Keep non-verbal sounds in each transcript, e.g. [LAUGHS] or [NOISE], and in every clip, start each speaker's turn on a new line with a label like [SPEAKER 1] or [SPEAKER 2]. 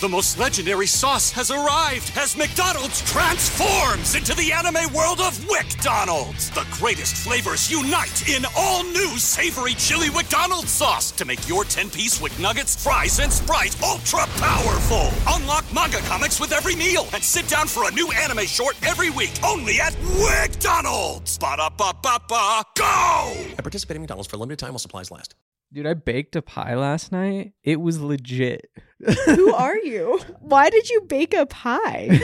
[SPEAKER 1] The most legendary sauce has arrived as McDonald's transforms into the anime world of WickDonald's. The greatest flavors unite in all new savory chili McDonald's sauce to make your 10-piece Wick Nuggets, fries, and Sprite ultra-powerful. Unlock manga comics with every meal and sit down for a new anime short every week only at WickDonald's. Ba-da-ba-ba-ba, go!
[SPEAKER 2] At participating McDonald's for a limited time while supplies last.
[SPEAKER 3] Dude, I baked a pie last night. It was legit.
[SPEAKER 4] Who are you? Why did you bake a pie?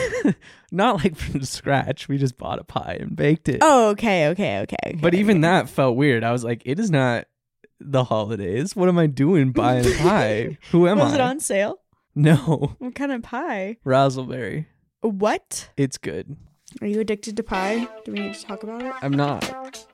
[SPEAKER 3] Not like [LAUGHS] from scratch. We just bought a pie and baked it.
[SPEAKER 4] Oh, okay, okay, okay. okay.
[SPEAKER 3] But even that felt weird. I was like, it is not the holidays. What am I doing buying a
[SPEAKER 4] [LAUGHS]
[SPEAKER 3] pie? Who am
[SPEAKER 4] was
[SPEAKER 3] I?
[SPEAKER 4] it on sale?
[SPEAKER 3] No. [LAUGHS]
[SPEAKER 4] What kind of pie?
[SPEAKER 3] Razzleberry.
[SPEAKER 4] What?
[SPEAKER 3] It's good.
[SPEAKER 4] Are you addicted to pie? Do we need to talk about it?
[SPEAKER 3] I'm not.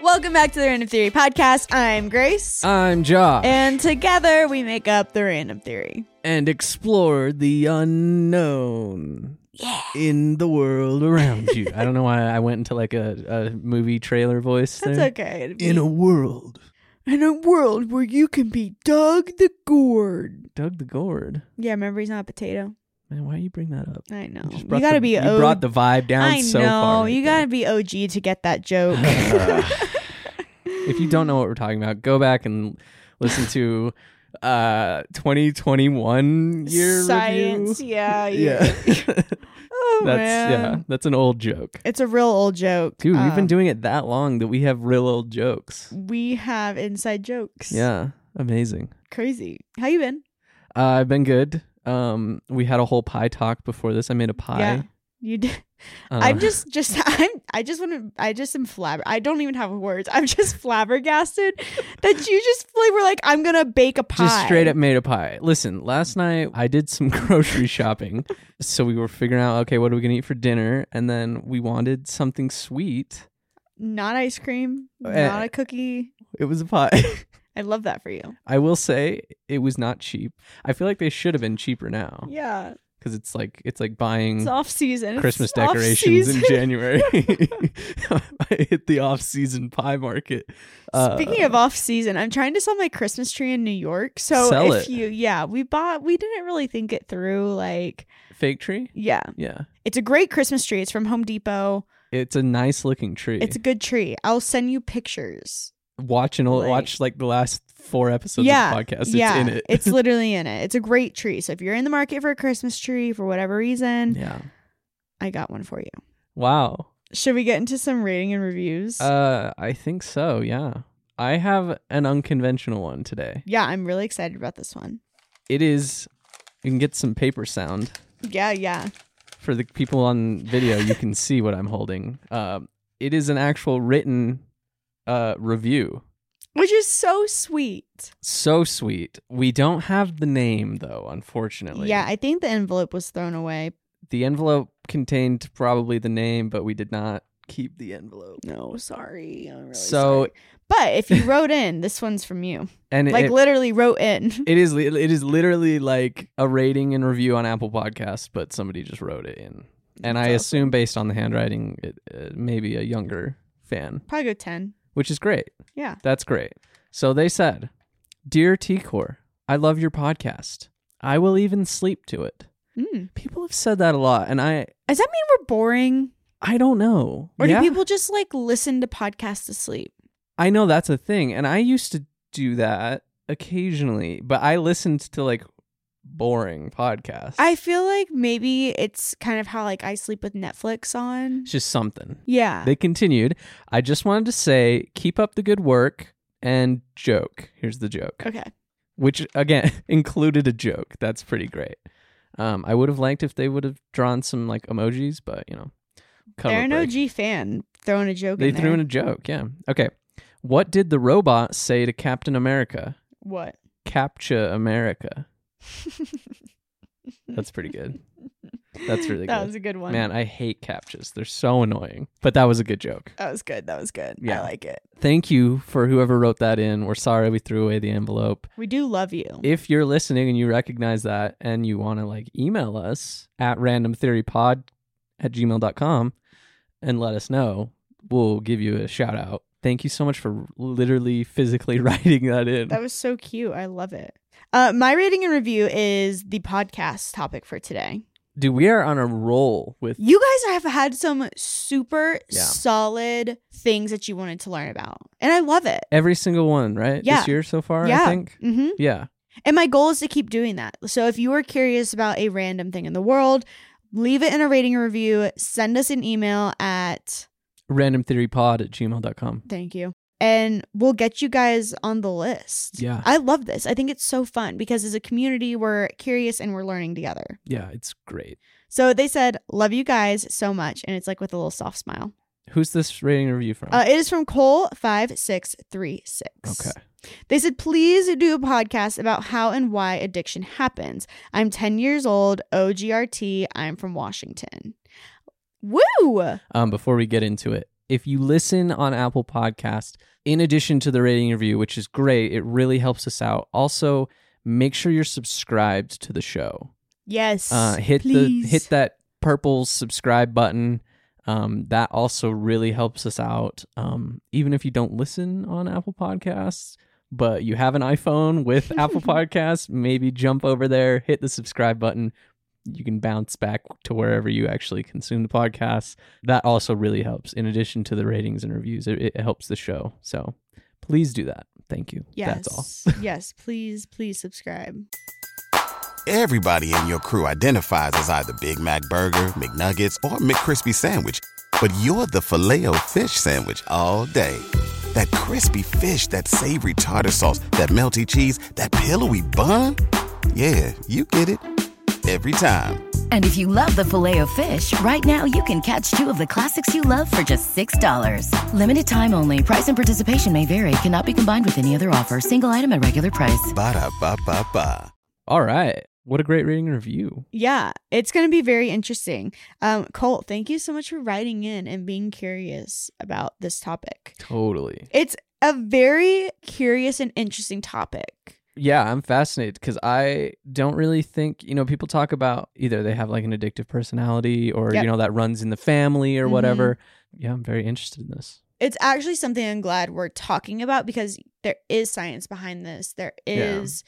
[SPEAKER 4] Welcome back to the Random Theory podcast. I'm Grace.
[SPEAKER 3] I'm Josh.
[SPEAKER 4] and together we make up the Random Theory.
[SPEAKER 3] and explore the unknown
[SPEAKER 4] Yeah.
[SPEAKER 3] in the world around you. I don't know why I went into like a, a movie trailer voice
[SPEAKER 4] That's
[SPEAKER 3] there.
[SPEAKER 4] okay. It'd
[SPEAKER 3] In
[SPEAKER 4] be-
[SPEAKER 3] a world.
[SPEAKER 4] in a world where you can be Doug the Gourd.
[SPEAKER 3] Doug the Gourd.
[SPEAKER 4] Yeah, remember he's not a potato.
[SPEAKER 3] Man, why you bring that up?
[SPEAKER 4] I know.
[SPEAKER 3] just
[SPEAKER 4] You,
[SPEAKER 3] brought
[SPEAKER 4] gotta
[SPEAKER 3] the-
[SPEAKER 4] be
[SPEAKER 3] You
[SPEAKER 4] O-
[SPEAKER 3] brought the vibe down
[SPEAKER 4] I
[SPEAKER 3] so
[SPEAKER 4] know.
[SPEAKER 3] far. right
[SPEAKER 4] you
[SPEAKER 3] there.
[SPEAKER 4] gotta be OG to get [LAUGHS] that joke.
[SPEAKER 3] if you don't know what we're talking about, go back and listen to [LAUGHS] uh 2021 year
[SPEAKER 4] Science.
[SPEAKER 3] review.
[SPEAKER 4] Yeah.
[SPEAKER 3] Yeah.
[SPEAKER 4] [LAUGHS] Oh
[SPEAKER 3] [LAUGHS] that's
[SPEAKER 4] man.
[SPEAKER 3] yeah, that's an old joke.
[SPEAKER 4] It's a real old joke.
[SPEAKER 3] Dude, we've been
[SPEAKER 4] Um,
[SPEAKER 3] doing it that long that we have real old jokes.
[SPEAKER 4] We have inside jokes.
[SPEAKER 3] Yeah, amazing.
[SPEAKER 4] Crazy. How you been?
[SPEAKER 3] Uh, I've been good. Um we had a whole pie talk before this. I made a pie.
[SPEAKER 4] Yeah. You
[SPEAKER 3] [LAUGHS]
[SPEAKER 4] did.
[SPEAKER 3] Uh,
[SPEAKER 4] I'm just, just, [LAUGHS] I'm, I just want to, I just am flabber. I don't even have words. I'm just [LAUGHS] flabbergasted that you just like were like, I'm gonna bake a pie.
[SPEAKER 3] Just straight up made a pie. Listen, last night I did some [LAUGHS] grocery shopping. So we were figuring out, okay, what are we going to eat for dinner? And then we wanted something sweet.
[SPEAKER 4] Not ice cream.
[SPEAKER 3] Uh,
[SPEAKER 4] not a cookie.
[SPEAKER 3] It was a pie. [LAUGHS]
[SPEAKER 4] I love that for you.
[SPEAKER 3] I will say it was not cheap. I feel like they should have been cheaper now
[SPEAKER 4] Yeah.
[SPEAKER 3] because it's like it's like buying
[SPEAKER 4] It's off season.
[SPEAKER 3] Mm. Christmas
[SPEAKER 4] [LAUGHS]
[SPEAKER 3] decorations in [LAUGHS] January. I hit the off-season pie market. Uh,
[SPEAKER 4] Speaking of off season, I'm trying to sell my Christmas tree in New York. So
[SPEAKER 3] Sell
[SPEAKER 4] if
[SPEAKER 3] it.
[SPEAKER 4] you, yeah, we bought, we didn't really think it through. Like,
[SPEAKER 3] fake tree,
[SPEAKER 4] yeah,
[SPEAKER 3] yeah,
[SPEAKER 4] it's a great Christmas tree. It's from Home Depot.
[SPEAKER 3] it's a nice looking tree.
[SPEAKER 4] It's a good tree. I'll send you pictures.
[SPEAKER 3] watch and
[SPEAKER 4] like-
[SPEAKER 3] watch like the last four episodes
[SPEAKER 4] yeah,
[SPEAKER 3] of the podcast. It's
[SPEAKER 4] yeah,
[SPEAKER 3] in it. [LAUGHS]
[SPEAKER 4] it's literally in it. It's a great tree. So if you're in the market for a Christmas tree for whatever reason,
[SPEAKER 3] yeah.
[SPEAKER 4] I got one for you.
[SPEAKER 3] Wow.
[SPEAKER 4] Should we get into some rating and reviews?
[SPEAKER 3] Uh, I think so. Yeah. I have an unconventional one today.
[SPEAKER 4] yeah, I'm really excited about this one.
[SPEAKER 3] It is. You can get some paper sound.
[SPEAKER 4] Yeah, yeah.
[SPEAKER 3] for the people on video, you can see what I'm holding. Uh, it is an actual written uh, review.
[SPEAKER 4] Which is so sweet.
[SPEAKER 3] So sweet. We don't have the name though, unfortunately.
[SPEAKER 4] Yeah, I think the envelope was thrown away.
[SPEAKER 3] the envelope contained probably the name, but we did not keep the envelope.
[SPEAKER 4] No, sorry. I'm really
[SPEAKER 3] so,
[SPEAKER 4] sorry. But if you wrote in, this one's from
[SPEAKER 3] [LAUGHS]
[SPEAKER 4] you.
[SPEAKER 3] and
[SPEAKER 4] Like
[SPEAKER 3] it,
[SPEAKER 4] literally wrote in. [LAUGHS]
[SPEAKER 3] it is li- it is literally like a rating and review on Apple Podcasts, but somebody just wrote it in, and I
[SPEAKER 4] That's
[SPEAKER 3] assume based on the handwriting, it, uh, maybe a younger fan,
[SPEAKER 4] Probably go 10.
[SPEAKER 3] which is great.
[SPEAKER 4] Yeah.
[SPEAKER 3] That's great. So they said, Dear T Core, I love your podcast. I will even sleep to it.
[SPEAKER 4] Mm.
[SPEAKER 3] People have said that a lot, and I
[SPEAKER 4] Does that mean we're boring?
[SPEAKER 3] I don't know.
[SPEAKER 4] Or
[SPEAKER 3] Yeah?
[SPEAKER 4] do people just like listen to podcasts to sleep?
[SPEAKER 3] I know that's a thing, and I used to do that occasionally, but I listened to like boring podcasts.
[SPEAKER 4] I feel like maybe it's kind of how like I sleep with Netflix on.
[SPEAKER 3] it's just something.
[SPEAKER 4] Yeah.
[SPEAKER 3] [LAUGHS] They continued. I just wanted to say, keep up the good work and joke. Here's the joke.
[SPEAKER 4] okay.
[SPEAKER 3] which again [LAUGHS] included a joke. That's pretty great. Um, I would have liked if they would have drawn some like emojis, but you know, cover
[SPEAKER 4] They're an
[SPEAKER 3] break.
[SPEAKER 4] OG fan throwing a joke
[SPEAKER 3] They
[SPEAKER 4] in
[SPEAKER 3] threw in a joke. Yeah. Okay. What did the robot say to Captain America?
[SPEAKER 4] what?
[SPEAKER 3] Capture America.
[SPEAKER 4] [LAUGHS]
[SPEAKER 3] That's pretty good. That's really
[SPEAKER 4] That
[SPEAKER 3] good.
[SPEAKER 4] was a good one.
[SPEAKER 3] Man, I hate captchas. They're so annoying. But that was a good joke.
[SPEAKER 4] That was good. That was good.
[SPEAKER 3] Yeah.
[SPEAKER 4] I like it.
[SPEAKER 3] Thank you for whoever wrote that in. We're sorry we threw away the envelope.
[SPEAKER 4] We do love you.
[SPEAKER 3] if you're listening and you recognize that and you want to like email us at randomtheorypod at gmail.com and let us know we'll give you a shout out. Thank you so much for literally physically [LAUGHS] writing that in.
[SPEAKER 4] That was so cute. I love it. Uh, my rating and review is the podcast topic for today.
[SPEAKER 3] Dude, we are on a roll with
[SPEAKER 4] You guys have had some super
[SPEAKER 3] Yeah.
[SPEAKER 4] solid things that you wanted to learn about, and I love it.
[SPEAKER 3] every single one, right?
[SPEAKER 4] Yeah.
[SPEAKER 3] This year so far,
[SPEAKER 4] yeah.
[SPEAKER 3] I think.
[SPEAKER 4] hmm
[SPEAKER 3] Yeah.
[SPEAKER 4] And my goal is to keep doing that. So if you are curious about a random thing in the world, leave it in a rating and review. Send us an email at
[SPEAKER 3] Randomtheorypod at gmail.com.
[SPEAKER 4] Thank you. And we'll get you guys on the list.
[SPEAKER 3] Yeah.
[SPEAKER 4] I love this. I think it's so fun because as a community, we're curious and we're learning together.
[SPEAKER 3] Yeah, it's great.
[SPEAKER 4] So they said, Love you guys so much. And it's like with a little soft smile.
[SPEAKER 3] Who's this rating review from?
[SPEAKER 4] Uh, it is from Cole5636.
[SPEAKER 3] Oh. okay.
[SPEAKER 4] They said, Please do a podcast about how and why addiction happens. I'm 10 years old, OGRT. I'm from Washington. Woo!
[SPEAKER 3] um, before we get into it. If you listen on Apple Podcast, in addition to the rating and review, which is great, it really helps us out. Also, make sure you're subscribed to the show.
[SPEAKER 4] Yes.
[SPEAKER 3] Uh, hit
[SPEAKER 4] please.
[SPEAKER 3] the hit that purple subscribe button. Um, that also really helps us out. Um, even if you don't listen on Apple Podcasts, but you have an
[SPEAKER 4] [LAUGHS]
[SPEAKER 3] iPhone with Apple Podcasts, maybe jump over there, hit the subscribe button. You can bounce back to wherever you actually consume the podcast. That also really helps. In addition to the ratings and reviews, it, it helps the show. So please do that. Thank you.
[SPEAKER 4] Yes.
[SPEAKER 3] That's all. [LAUGHS]
[SPEAKER 4] yes. Please, please subscribe.
[SPEAKER 5] Everybody in your crew identifies as either Big Mac Burger, McNuggets, or McCrispy Sandwich. But you're the filet fish Sandwich all day. That crispy fish, that savory tartar sauce, that melty cheese, that pillowy bun. Yeah, you get it. Every time.
[SPEAKER 6] And if you love the filet of fish, right now you can catch two of the classics you love for just $6. Limited time only. Price and participation may vary. Cannot be combined with any other offer. Single item at regular price.
[SPEAKER 5] Ba-da-ba-ba-ba.
[SPEAKER 3] All right. What a great rating and review.
[SPEAKER 4] Yeah, it's going to be very interesting. Um, Colt, thank you so much for writing in and being curious about this topic.
[SPEAKER 3] Totally.
[SPEAKER 4] It's a very curious and interesting topic.
[SPEAKER 3] yeah, I'm fascinated because I don't really think you know people talk about either they have like an addictive personality or
[SPEAKER 4] Yep.
[SPEAKER 3] you know that runs in the family or
[SPEAKER 4] Mhm.
[SPEAKER 3] whatever. Yeah, I'm very interested in this.
[SPEAKER 4] It's actually something I'm glad we're talking about because there is science behind this. There
[SPEAKER 3] Yeah.
[SPEAKER 4] is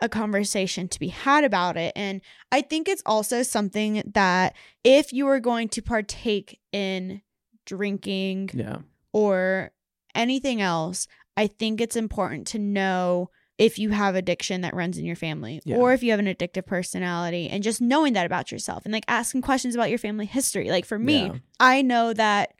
[SPEAKER 4] a conversation to be had about it. And I think it's also something that if you are going to partake in drinking,
[SPEAKER 3] Yeah,
[SPEAKER 4] or anything else, I think it's important to know if you have addiction that runs in your family
[SPEAKER 3] Yeah.
[SPEAKER 4] or if you have an addictive personality and just knowing that about yourself and like asking questions about your family history. Like for me,
[SPEAKER 3] Yeah.
[SPEAKER 4] I know that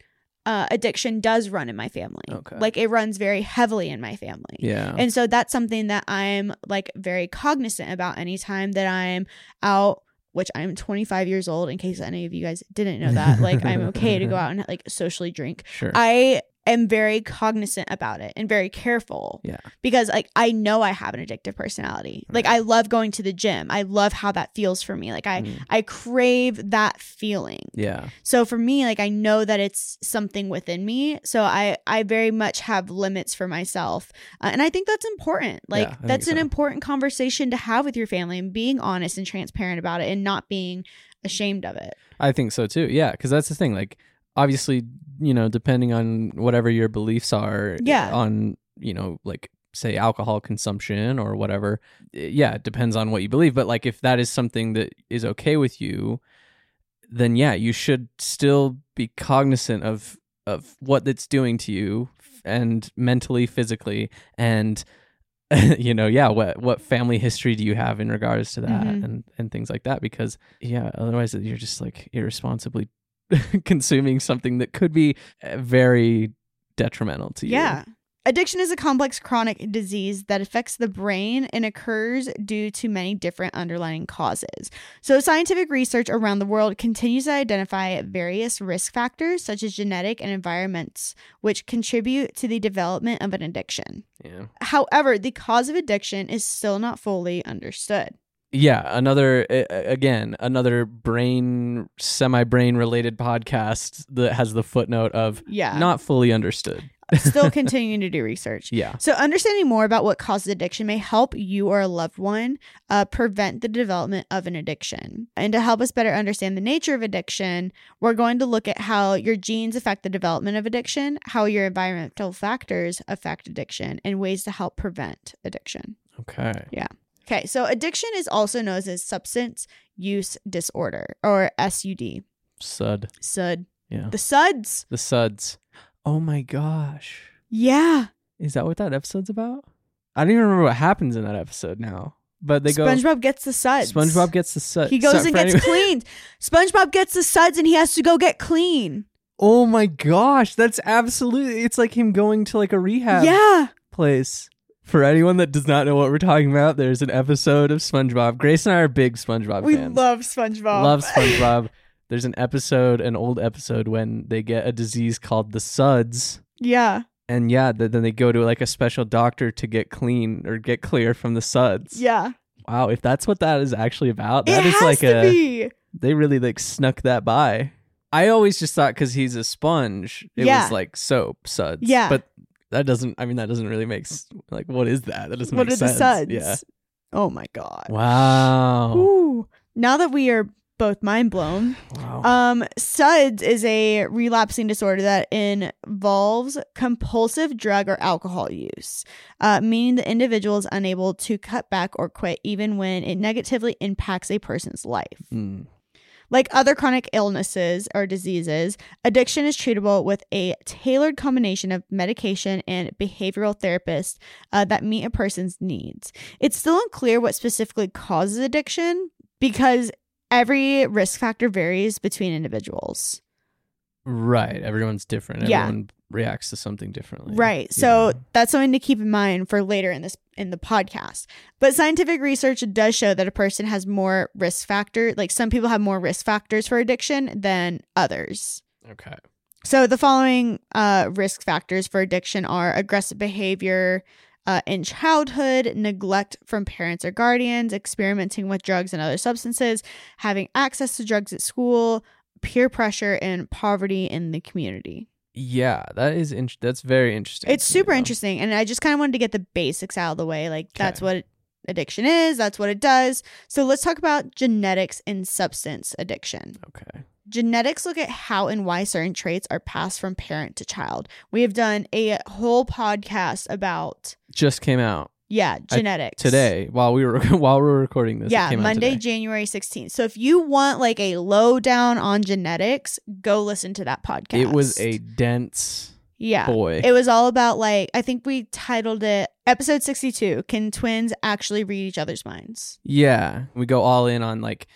[SPEAKER 4] uh, addiction does run in my family.
[SPEAKER 3] Okay.
[SPEAKER 4] Like it runs very heavily in my family.
[SPEAKER 3] yeah,
[SPEAKER 4] And so that's something that I'm like very cognizant about anytime that I'm out, which I'm 25 years old, in case any of you guys didn't know that. Like, I'm okay
[SPEAKER 3] [LAUGHS]
[SPEAKER 4] to go out and like socially drink.
[SPEAKER 3] sure.
[SPEAKER 4] I am very cognizant about it and very careful
[SPEAKER 3] yeah,
[SPEAKER 4] because like I know I have an addictive personality. Like I love going to the gym. I love how that feels for me. Like I
[SPEAKER 3] Mm.
[SPEAKER 4] I crave that feeling.
[SPEAKER 3] yeah,
[SPEAKER 4] So for me like I know that it's something within me. So I I very much have limits for myself. Uh, and I think that's important. Like
[SPEAKER 3] I think
[SPEAKER 4] that's an
[SPEAKER 3] so.
[SPEAKER 4] important conversation to have with your family and being honest and transparent about it and not being ashamed of it.
[SPEAKER 3] I think so too. Yeah, because that's the thing. Like, obviously, you know, depending on whatever your beliefs are, eh,
[SPEAKER 4] Yeah.
[SPEAKER 3] on you know, like say alcohol consumption or whatever. eh, Yeah, it depends on what you believe. But like, if that is something that is okay with you, then yeah, you should still be cognizant of of what that's doing to you f- and mentally, physically, and [LAUGHS] you know, yeah, what what family history do you have in regards to that
[SPEAKER 4] Mhm.
[SPEAKER 3] and and things like that because yeah, otherwise you're just like irresponsibly [LAUGHS] consuming something that could be eh, very detrimental to you.
[SPEAKER 4] Yeah. Addiction is a complex chronic disease that affects the brain and occurs due to many different underlying causes. So, scientific research around the world continues to identify various risk factors, such as genetic and environments, which contribute to the development of an addiction.
[SPEAKER 3] Yeah.
[SPEAKER 4] However, the cause of addiction is still not fully understood.
[SPEAKER 3] Yeah, another eh, eh, again, another brain semi-brain related podcast that has the footnote of
[SPEAKER 4] Yeah.
[SPEAKER 3] not fully understood. [LAUGHS]
[SPEAKER 4] still continuing to do research.
[SPEAKER 3] Yeah.
[SPEAKER 4] So, understanding more about what causes addiction may help you or a loved one uh, prevent the development of an addiction. And to help us better understand the nature of addiction, we're going to look at how your genes affect the development of addiction, how your environmental factors affect addiction, and ways to help prevent addiction.
[SPEAKER 3] Okay.
[SPEAKER 4] Okay, so addiction is also known as substance use disorder or SUD.
[SPEAKER 3] Sud.
[SPEAKER 4] SUD.
[SPEAKER 3] Yeah.
[SPEAKER 4] The SUDs.
[SPEAKER 3] The suds. Oh my gosh.
[SPEAKER 4] Yeah.
[SPEAKER 3] Is that what that episode's about? I don't even remember what happens in that episode now. But they go
[SPEAKER 4] SpongeBob gets the SUDs.
[SPEAKER 3] SpongeBob gets the sud.
[SPEAKER 4] He goes
[SPEAKER 3] sud
[SPEAKER 4] and
[SPEAKER 3] for
[SPEAKER 4] gets
[SPEAKER 3] [LAUGHS] anyone-
[SPEAKER 4] cleaned. SpongeBob gets the suds and he has to go get clean.
[SPEAKER 3] Oh my gosh, that's absolutely it's like him going to like a rehab
[SPEAKER 4] yeah.
[SPEAKER 3] place. For anyone that does not know what we're talking about, there's an episode of SpongeBob. Grace and I are big SpongeBob
[SPEAKER 4] We
[SPEAKER 3] fans.
[SPEAKER 4] love SpongeBob.
[SPEAKER 3] Love
[SPEAKER 4] [LAUGHS]
[SPEAKER 3] SpongeBob. There's an episode, an old episode, when they get a disease called the suds.
[SPEAKER 4] yeah.
[SPEAKER 3] And yeah, th- then they go to like a special doctor to get clean or get clear from the suds.
[SPEAKER 4] Yeah.
[SPEAKER 3] Wow, if that's what that is actually about,
[SPEAKER 4] it
[SPEAKER 3] that is
[SPEAKER 4] has
[SPEAKER 3] like
[SPEAKER 4] to
[SPEAKER 3] a
[SPEAKER 4] be.
[SPEAKER 3] they really like snuck that by. I always just thought because he's a sponge, it
[SPEAKER 4] Yeah.
[SPEAKER 3] was like soap suds.
[SPEAKER 4] Yeah.
[SPEAKER 3] but that doesn't. I mean, that doesn't really make s- like what is that? That doesn't
[SPEAKER 4] What
[SPEAKER 3] make
[SPEAKER 4] are the
[SPEAKER 3] sense.
[SPEAKER 4] suds?
[SPEAKER 3] Yeah.
[SPEAKER 4] Oh my god.
[SPEAKER 3] Wow.
[SPEAKER 4] Ooh. Now that we are both mind blown,
[SPEAKER 3] Wow.
[SPEAKER 4] um, SUDS is a relapsing disorder that involves compulsive drug or alcohol use, uh, meaning the individual is unable to cut back or quit even when it negatively impacts a person's life.
[SPEAKER 3] Mm.
[SPEAKER 4] Like other chronic illnesses or diseases, addiction is treatable with a tailored combination of medication and behavioral therapists uh, that meet a person's needs. It's still unclear what specifically causes addiction because every risk factor varies between individuals.
[SPEAKER 3] Right. Everyone's different.
[SPEAKER 4] Yeah.
[SPEAKER 3] Everyone reacts to something differently.
[SPEAKER 4] Right. So
[SPEAKER 3] Yeah.
[SPEAKER 4] that's something to keep in mind for later in this in the podcast. But scientific research does show that a person has more risk factor, like some people have more risk factors for addiction than others.
[SPEAKER 3] Okay.
[SPEAKER 4] So the following uh, risk factors for addiction are aggressive behavior uh, in childhood, neglect from parents or guardians, experimenting with drugs and other substances, having access to drugs at school, peer pressure, and poverty in the community.
[SPEAKER 3] Yeah, that is in- that's very interesting.
[SPEAKER 4] It's
[SPEAKER 3] to me,
[SPEAKER 4] super
[SPEAKER 3] though.
[SPEAKER 4] interesting, and I just kind of wanted to get the basics out of the way. Like that's what addiction is, that's what it does. So let's talk about genetics and substance addiction.
[SPEAKER 3] Okay.
[SPEAKER 4] Genetics look at how and why certain traits are passed from parent to child. We have done a whole podcast about
[SPEAKER 3] Just came out
[SPEAKER 4] yeah, genetics.
[SPEAKER 3] today while we were [LAUGHS] while we were recording this. it
[SPEAKER 4] Yeah,
[SPEAKER 3] came out
[SPEAKER 4] Monday,
[SPEAKER 3] today.
[SPEAKER 4] January 16th. So if you want like a lowdown on genetics, go listen to that podcast.
[SPEAKER 3] It was a dense
[SPEAKER 4] yeah.
[SPEAKER 3] boy.
[SPEAKER 4] It was all about like I think we titled it episode 62, can twins actually read each other's minds?
[SPEAKER 3] Yeah, we go all in on like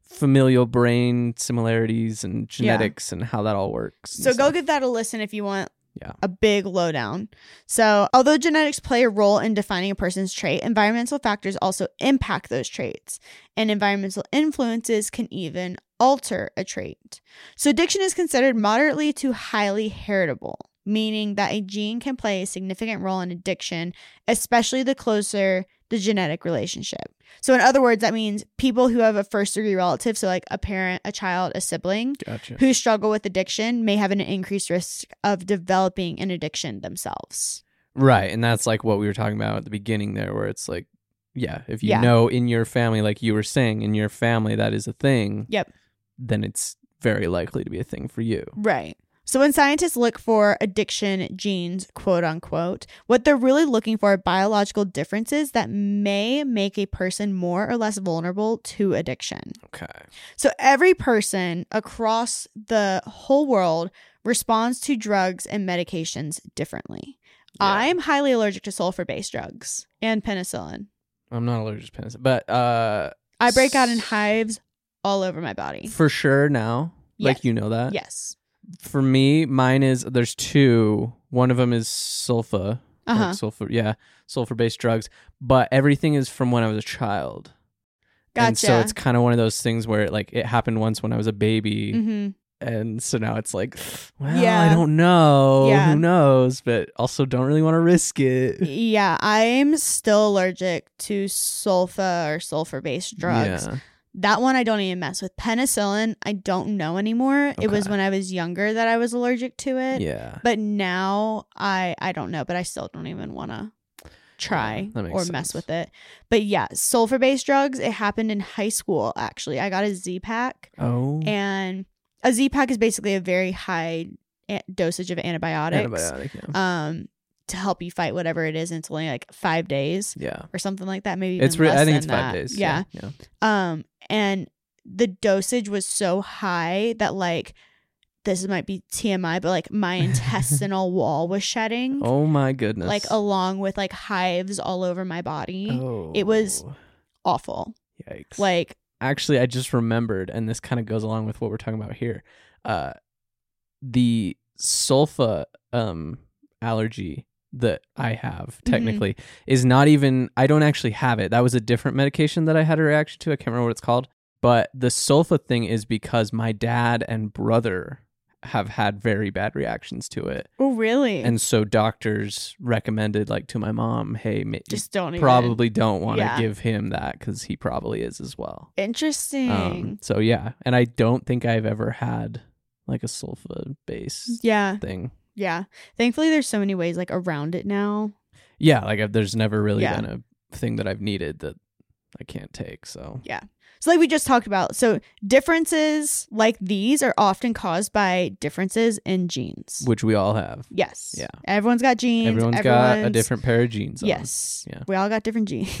[SPEAKER 3] familial brain similarities and genetics and how that all works. and
[SPEAKER 4] So go
[SPEAKER 3] stuff.
[SPEAKER 4] give that a listen if you want
[SPEAKER 3] Yeah.
[SPEAKER 4] a big lowdown. So, although genetics play a role in defining a person's trait, environmental factors also impact those traits, and environmental influences can even alter a trait. So, addiction is considered moderately to highly heritable, meaning that a gene can play a significant role in addiction, especially the closer the genetic relationship. So, in other words, that means people who have a first degree relative, so like a parent, a child, a sibling,
[SPEAKER 3] Gotcha.
[SPEAKER 4] who struggle with addiction may have an increased risk of developing an addiction themselves.
[SPEAKER 3] Right, and that's like what we were talking about at the beginning there, where it's like, yeah, if you
[SPEAKER 4] Yeah.
[SPEAKER 3] know in your family, like you were saying, in your family that is a thing.
[SPEAKER 4] Yep.
[SPEAKER 3] Then it's very likely to be a thing for you.
[SPEAKER 4] Right. So when scientists look for addiction genes, quote unquote, what they're really looking for are biological differences that may make a person more or less vulnerable to addiction.
[SPEAKER 3] Okay.
[SPEAKER 4] So every person across the whole world responds to drugs and medications differently.
[SPEAKER 3] Yeah.
[SPEAKER 4] I'm highly allergic to sulfur based drugs and penicillin.
[SPEAKER 3] I'm not allergic to penicillin, but uh,
[SPEAKER 4] I break out in
[SPEAKER 3] S-
[SPEAKER 4] hives all over my body.
[SPEAKER 3] for sure now,
[SPEAKER 4] Yes.
[SPEAKER 3] like you know that.
[SPEAKER 4] Yes.
[SPEAKER 3] For me, mine is there's two. One of them is sulfa, like
[SPEAKER 4] Uh-huh.
[SPEAKER 3] sulfur, yeah, sulfur based drugs. But everything is from when I was a child. And so
[SPEAKER 4] Gotcha.
[SPEAKER 3] it's kind of one of those things where like it happened once when I was a baby,
[SPEAKER 4] hmm
[SPEAKER 3] and so now it's like, well,
[SPEAKER 4] Yeah.
[SPEAKER 3] I don't know,
[SPEAKER 4] Yeah.
[SPEAKER 3] who knows, but also don't really want to risk it.
[SPEAKER 4] Yeah, I'm still allergic to sulfa or sulfur based drugs.
[SPEAKER 3] Yeah.
[SPEAKER 4] That one I don't even mess with. Penicillin, I don't know anymore. It was
[SPEAKER 3] Okay.
[SPEAKER 4] when I was younger that I was allergic to it.
[SPEAKER 3] Yeah.
[SPEAKER 4] But now I I don't know, but I still don't even want to try
[SPEAKER 3] that makes
[SPEAKER 4] or mess
[SPEAKER 3] sense.
[SPEAKER 4] with it. But yeah, sulfur based drugs, it happened in high school actually. I got a Z pack
[SPEAKER 3] Oh.
[SPEAKER 4] and a Z pack is basically a very high a- dosage of antibiotics
[SPEAKER 3] antibiotic. Yeah.
[SPEAKER 4] um to help you fight whatever it is and it's only like 5 days
[SPEAKER 3] yeah.
[SPEAKER 4] or something like that maybe even
[SPEAKER 3] It's re-
[SPEAKER 4] less
[SPEAKER 3] I think
[SPEAKER 4] than
[SPEAKER 3] it's five
[SPEAKER 4] that.
[SPEAKER 3] days.
[SPEAKER 4] Yeah.
[SPEAKER 3] Yeah. yeah.
[SPEAKER 4] Um, and the dosage was so high that like this might be TMI, but like
[SPEAKER 3] [LAUGHS]
[SPEAKER 4] my intestinal wall was shedding,
[SPEAKER 3] Oh my goodness.
[SPEAKER 4] like along with like hives all over my body.
[SPEAKER 3] oh.
[SPEAKER 4] it was- Awful.
[SPEAKER 3] Yikes.
[SPEAKER 4] Like
[SPEAKER 3] actually i just remembered and this kind of goes along with what we're talking about here uh the sulfa um allergy that i have
[SPEAKER 4] Mm-hmm.
[SPEAKER 3] technically is not even i don't actually have it that was a different medication that i had a reaction to i can't remember what it's called but the sulfa thing is because my dad and brother have had very bad reactions to it
[SPEAKER 4] oh really?
[SPEAKER 3] and so doctors recommended like to my mom hey ma-
[SPEAKER 4] just don't even-
[SPEAKER 3] probably don't want to
[SPEAKER 4] Yeah.
[SPEAKER 3] give him that because he probably is as well
[SPEAKER 4] interesting.
[SPEAKER 3] um, so yeah, and I don't think I've ever had like a sulfa base
[SPEAKER 4] yeah,
[SPEAKER 3] thing.
[SPEAKER 4] yeah. Thankfully, there's so many ways like around it now.
[SPEAKER 3] Yeah, like I've, there's never really
[SPEAKER 4] Yeah.
[SPEAKER 3] been a thing that I've needed that I can't take. So
[SPEAKER 4] So, like we just talked about, so differences like these are often caused by differences in genes.
[SPEAKER 3] which we all have.
[SPEAKER 4] yes.
[SPEAKER 3] Yeah.
[SPEAKER 4] Everyone's got genes.
[SPEAKER 3] Everyone's got a
[SPEAKER 4] everyone's-
[SPEAKER 3] different pair of jeans. on.
[SPEAKER 4] Yes.
[SPEAKER 3] Yeah.
[SPEAKER 4] We all got different genes.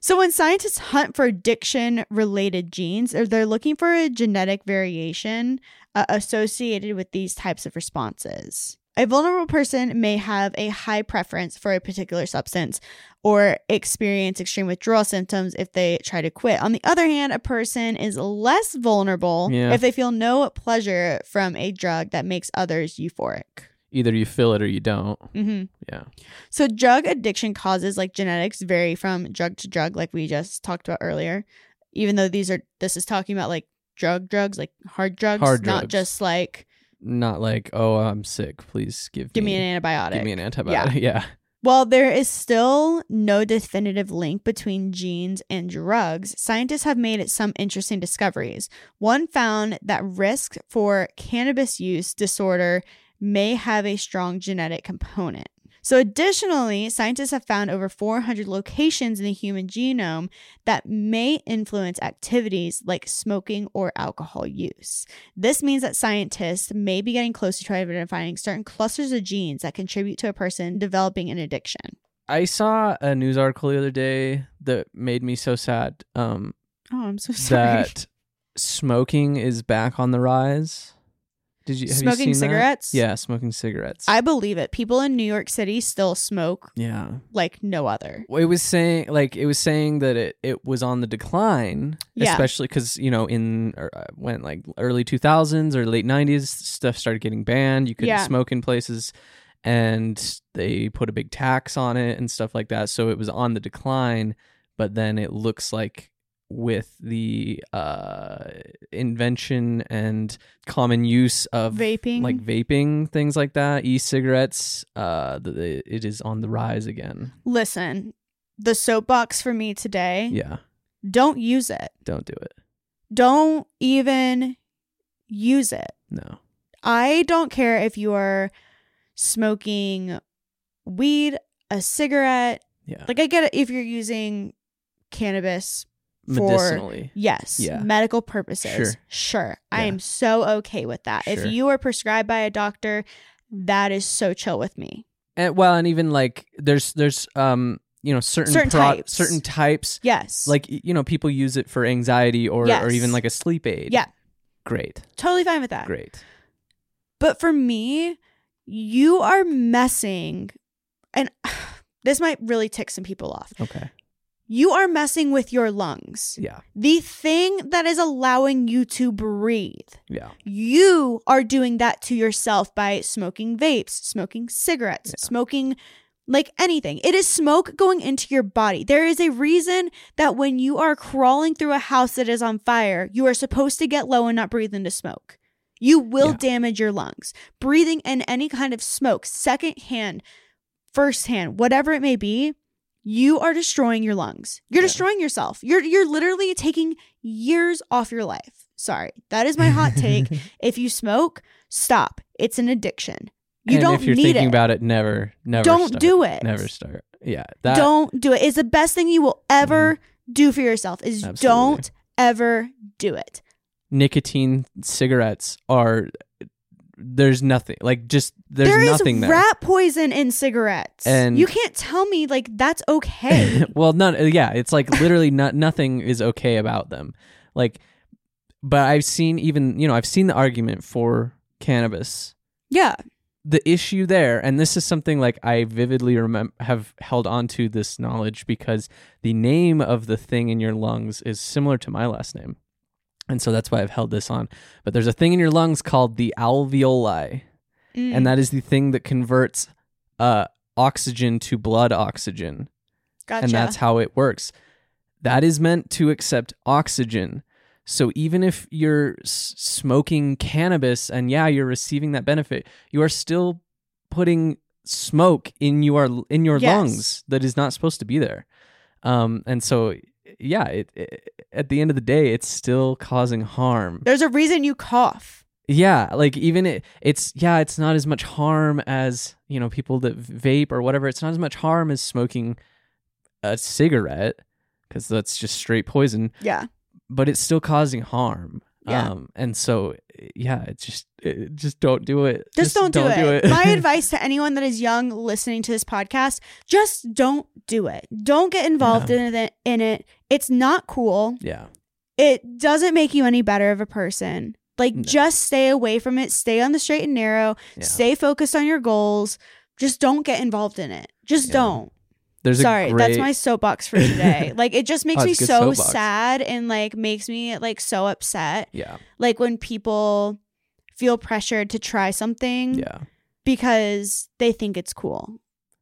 [SPEAKER 4] so when scientists hunt for addiction related genes, they're, they're looking for a genetic variation uh, associated with these types of responses. A vulnerable person may have a high preference for a particular substance or experience extreme withdrawal symptoms if they try to quit. On the other hand, a person is less vulnerable
[SPEAKER 3] Yeah.
[SPEAKER 4] if they feel no pleasure from a drug that makes others euphoric.
[SPEAKER 3] [LAUGHS] Either you feel it or you don't.
[SPEAKER 4] Mm-hmm.
[SPEAKER 3] Yeah.
[SPEAKER 4] So drug addiction causes like genetics vary from drug to drug, like we just talked about earlier. Even though these are this is talking about like drug drugs, like hard drugs,
[SPEAKER 3] Hard
[SPEAKER 4] not
[SPEAKER 3] drugs.
[SPEAKER 4] just like
[SPEAKER 3] Not like oh I'm sick. Please give,
[SPEAKER 4] give me an antibiotic.
[SPEAKER 3] Mm. give me an antibiotic. [LAUGHS] Yeah.
[SPEAKER 4] While there is still no definitive link between genes and drugs, scientists have made some interesting discoveries. One found that risk for cannabis use disorder may have a strong genetic component. So, additionally, scientists have found over 400 locations in the human genome that may influence activities like smoking or alcohol use. This means that scientists may be getting closer to identifying certain clusters of genes that contribute to a person developing an addiction.
[SPEAKER 3] I saw a news article the other day that made me so sad. Um,
[SPEAKER 4] Oh, I'm so [LAUGHS] sorry.
[SPEAKER 3] that smoking is back on the rise. Did you have you
[SPEAKER 4] Smoking
[SPEAKER 3] seen that?
[SPEAKER 4] cigarettes?
[SPEAKER 3] Yeah, smoking cigarettes.
[SPEAKER 4] I believe it. People in New York City still smoke
[SPEAKER 3] yeah.
[SPEAKER 4] like no other.
[SPEAKER 3] Well, it was saying like it was saying that it, it was on the decline,
[SPEAKER 4] Yeah.
[SPEAKER 3] especially because you know in or, uh, when like early two thousands or late nineties stuff started getting banned. You couldn't
[SPEAKER 4] Yeah.
[SPEAKER 3] smoke in places, and they put a big tax on it and stuff like that. So it was on the decline, but then it looks like with the uh, invention and common use of
[SPEAKER 4] Vaping.
[SPEAKER 3] like vaping things like that, e-cigarettes, uh, the, the, it is on the rise again.
[SPEAKER 4] Listen, the soapbox for me today,
[SPEAKER 3] Yeah.
[SPEAKER 4] don't use it.
[SPEAKER 3] Don't do it.
[SPEAKER 4] Don't even use it.
[SPEAKER 3] No.
[SPEAKER 4] I don't care if you are smoking weed, a cigarette.
[SPEAKER 3] Yeah.
[SPEAKER 4] Like I get it if you're using cannabis for
[SPEAKER 3] Medicinally.
[SPEAKER 4] yes,
[SPEAKER 3] Yeah.
[SPEAKER 4] medical purposes.
[SPEAKER 3] Sure.
[SPEAKER 4] Sure. I
[SPEAKER 3] Yeah.
[SPEAKER 4] am so okay with that. If
[SPEAKER 3] Sure.
[SPEAKER 4] you are prescribed by a doctor, that is so chill with me.
[SPEAKER 3] And well, and even like there's there's um you know certain
[SPEAKER 4] Certain
[SPEAKER 3] pro-
[SPEAKER 4] types.
[SPEAKER 3] certain types
[SPEAKER 4] Yes.
[SPEAKER 3] like y- you know people use it for anxiety or or
[SPEAKER 4] Yes.
[SPEAKER 3] even like a sleep aid.
[SPEAKER 4] Yeah.
[SPEAKER 3] Great.
[SPEAKER 4] totally fine with that.
[SPEAKER 3] Great.
[SPEAKER 4] But for me, you are messing and [SIGHS] this might really tick some people off.
[SPEAKER 3] Okay.
[SPEAKER 4] You are messing with your lungs.
[SPEAKER 3] Yeah.
[SPEAKER 4] the thing that is allowing you to breathe.
[SPEAKER 3] Yeah.
[SPEAKER 4] You are doing that to yourself by smoking vapes, smoking cigarettes, smoking like anything. It is smoke going into your body. There is a reason that when you are crawling through a house that is on fire, you are supposed to get low and not breathe into smoke. You will
[SPEAKER 3] Yeah.
[SPEAKER 4] damage your lungs. Breathing in any kind of smoke, secondhand, firsthand, whatever it may be, you are destroying your lungs. You're destroying yourself. You're you're literally taking years off your life. Sorry. That is my hot
[SPEAKER 3] [LAUGHS]
[SPEAKER 4] take. if you smoke, stop. It's an addiction. You
[SPEAKER 3] and
[SPEAKER 4] don't
[SPEAKER 3] if you're
[SPEAKER 4] need
[SPEAKER 3] thinking
[SPEAKER 4] it.
[SPEAKER 3] about it, never, never.
[SPEAKER 4] Don't
[SPEAKER 3] start.
[SPEAKER 4] do it.
[SPEAKER 3] Never start. Yeah. That, Mm-hmm.
[SPEAKER 4] don't do it. It's the best thing you will ever do for yourself is
[SPEAKER 3] Absolutely.
[SPEAKER 4] don't ever do it.
[SPEAKER 3] nicotine cigarettes are. There's nothing like just there's
[SPEAKER 4] There is
[SPEAKER 3] nothing there.
[SPEAKER 4] rat poison in cigarettes.
[SPEAKER 3] And-
[SPEAKER 4] you can't tell me like that's
[SPEAKER 3] [LAUGHS]
[SPEAKER 4] okay.
[SPEAKER 3] well, none. uh, Yeah, it's like literally not nothing is okay about them. Like, but I've seen even you know I've seen the argument for cannabis.
[SPEAKER 4] yeah.
[SPEAKER 3] The issue there, and this is something like I vividly remember have held on to this knowledge because the name of the thing in your lungs is similar to my last name, and so that's why I've held this on. But there's a thing in your lungs called the alveoli,
[SPEAKER 4] Mm.
[SPEAKER 3] and that is the thing that converts uh, oxygen to blood oxygen
[SPEAKER 4] gotcha.
[SPEAKER 3] and that's how it works. That is meant to accept oxygen. So even if you're s- smoking cannabis and yeah, you're receiving that benefit, you are still putting smoke in your in your
[SPEAKER 4] Yes.
[SPEAKER 3] lungs that is not supposed to be there. Um, and so yeah, it, it, at the end of the day, it's still causing harm.
[SPEAKER 4] There's a reason you cough.
[SPEAKER 3] Yeah, like even it, it's yeah, it's not as much harm as you know people that vape or whatever. It's not as much harm as smoking a cigarette because that's just straight poison,
[SPEAKER 4] Yeah.
[SPEAKER 3] but it's still causing harm.
[SPEAKER 4] Yeah.
[SPEAKER 3] Um, and so yeah, it's just it, just don't do it.
[SPEAKER 4] Just, don't, do, it.
[SPEAKER 3] [LAUGHS]
[SPEAKER 4] My advice to anyone that is young listening to this podcast, just don't do it. Don't get involved in it in it. It's not cool.
[SPEAKER 3] yeah,
[SPEAKER 4] It doesn't make you any better of a person. Like
[SPEAKER 3] No.
[SPEAKER 4] just stay away from it. Stay on the straight and narrow.
[SPEAKER 3] yeah.
[SPEAKER 4] Stay focused on your goals. Just don't get involved in it. Just
[SPEAKER 3] Yeah.
[SPEAKER 4] don't.
[SPEAKER 3] There's a
[SPEAKER 4] Sorry, that's
[SPEAKER 3] great-
[SPEAKER 4] my soapbox for
[SPEAKER 3] [LAUGHS]
[SPEAKER 4] today. like it just makes
[SPEAKER 3] Oh,
[SPEAKER 4] me
[SPEAKER 3] it's good
[SPEAKER 4] so
[SPEAKER 3] soapbox.
[SPEAKER 4] sad and like makes me like so upset.
[SPEAKER 3] yeah
[SPEAKER 4] like when people feel pressured to try something
[SPEAKER 3] yeah
[SPEAKER 4] because they think it's cool.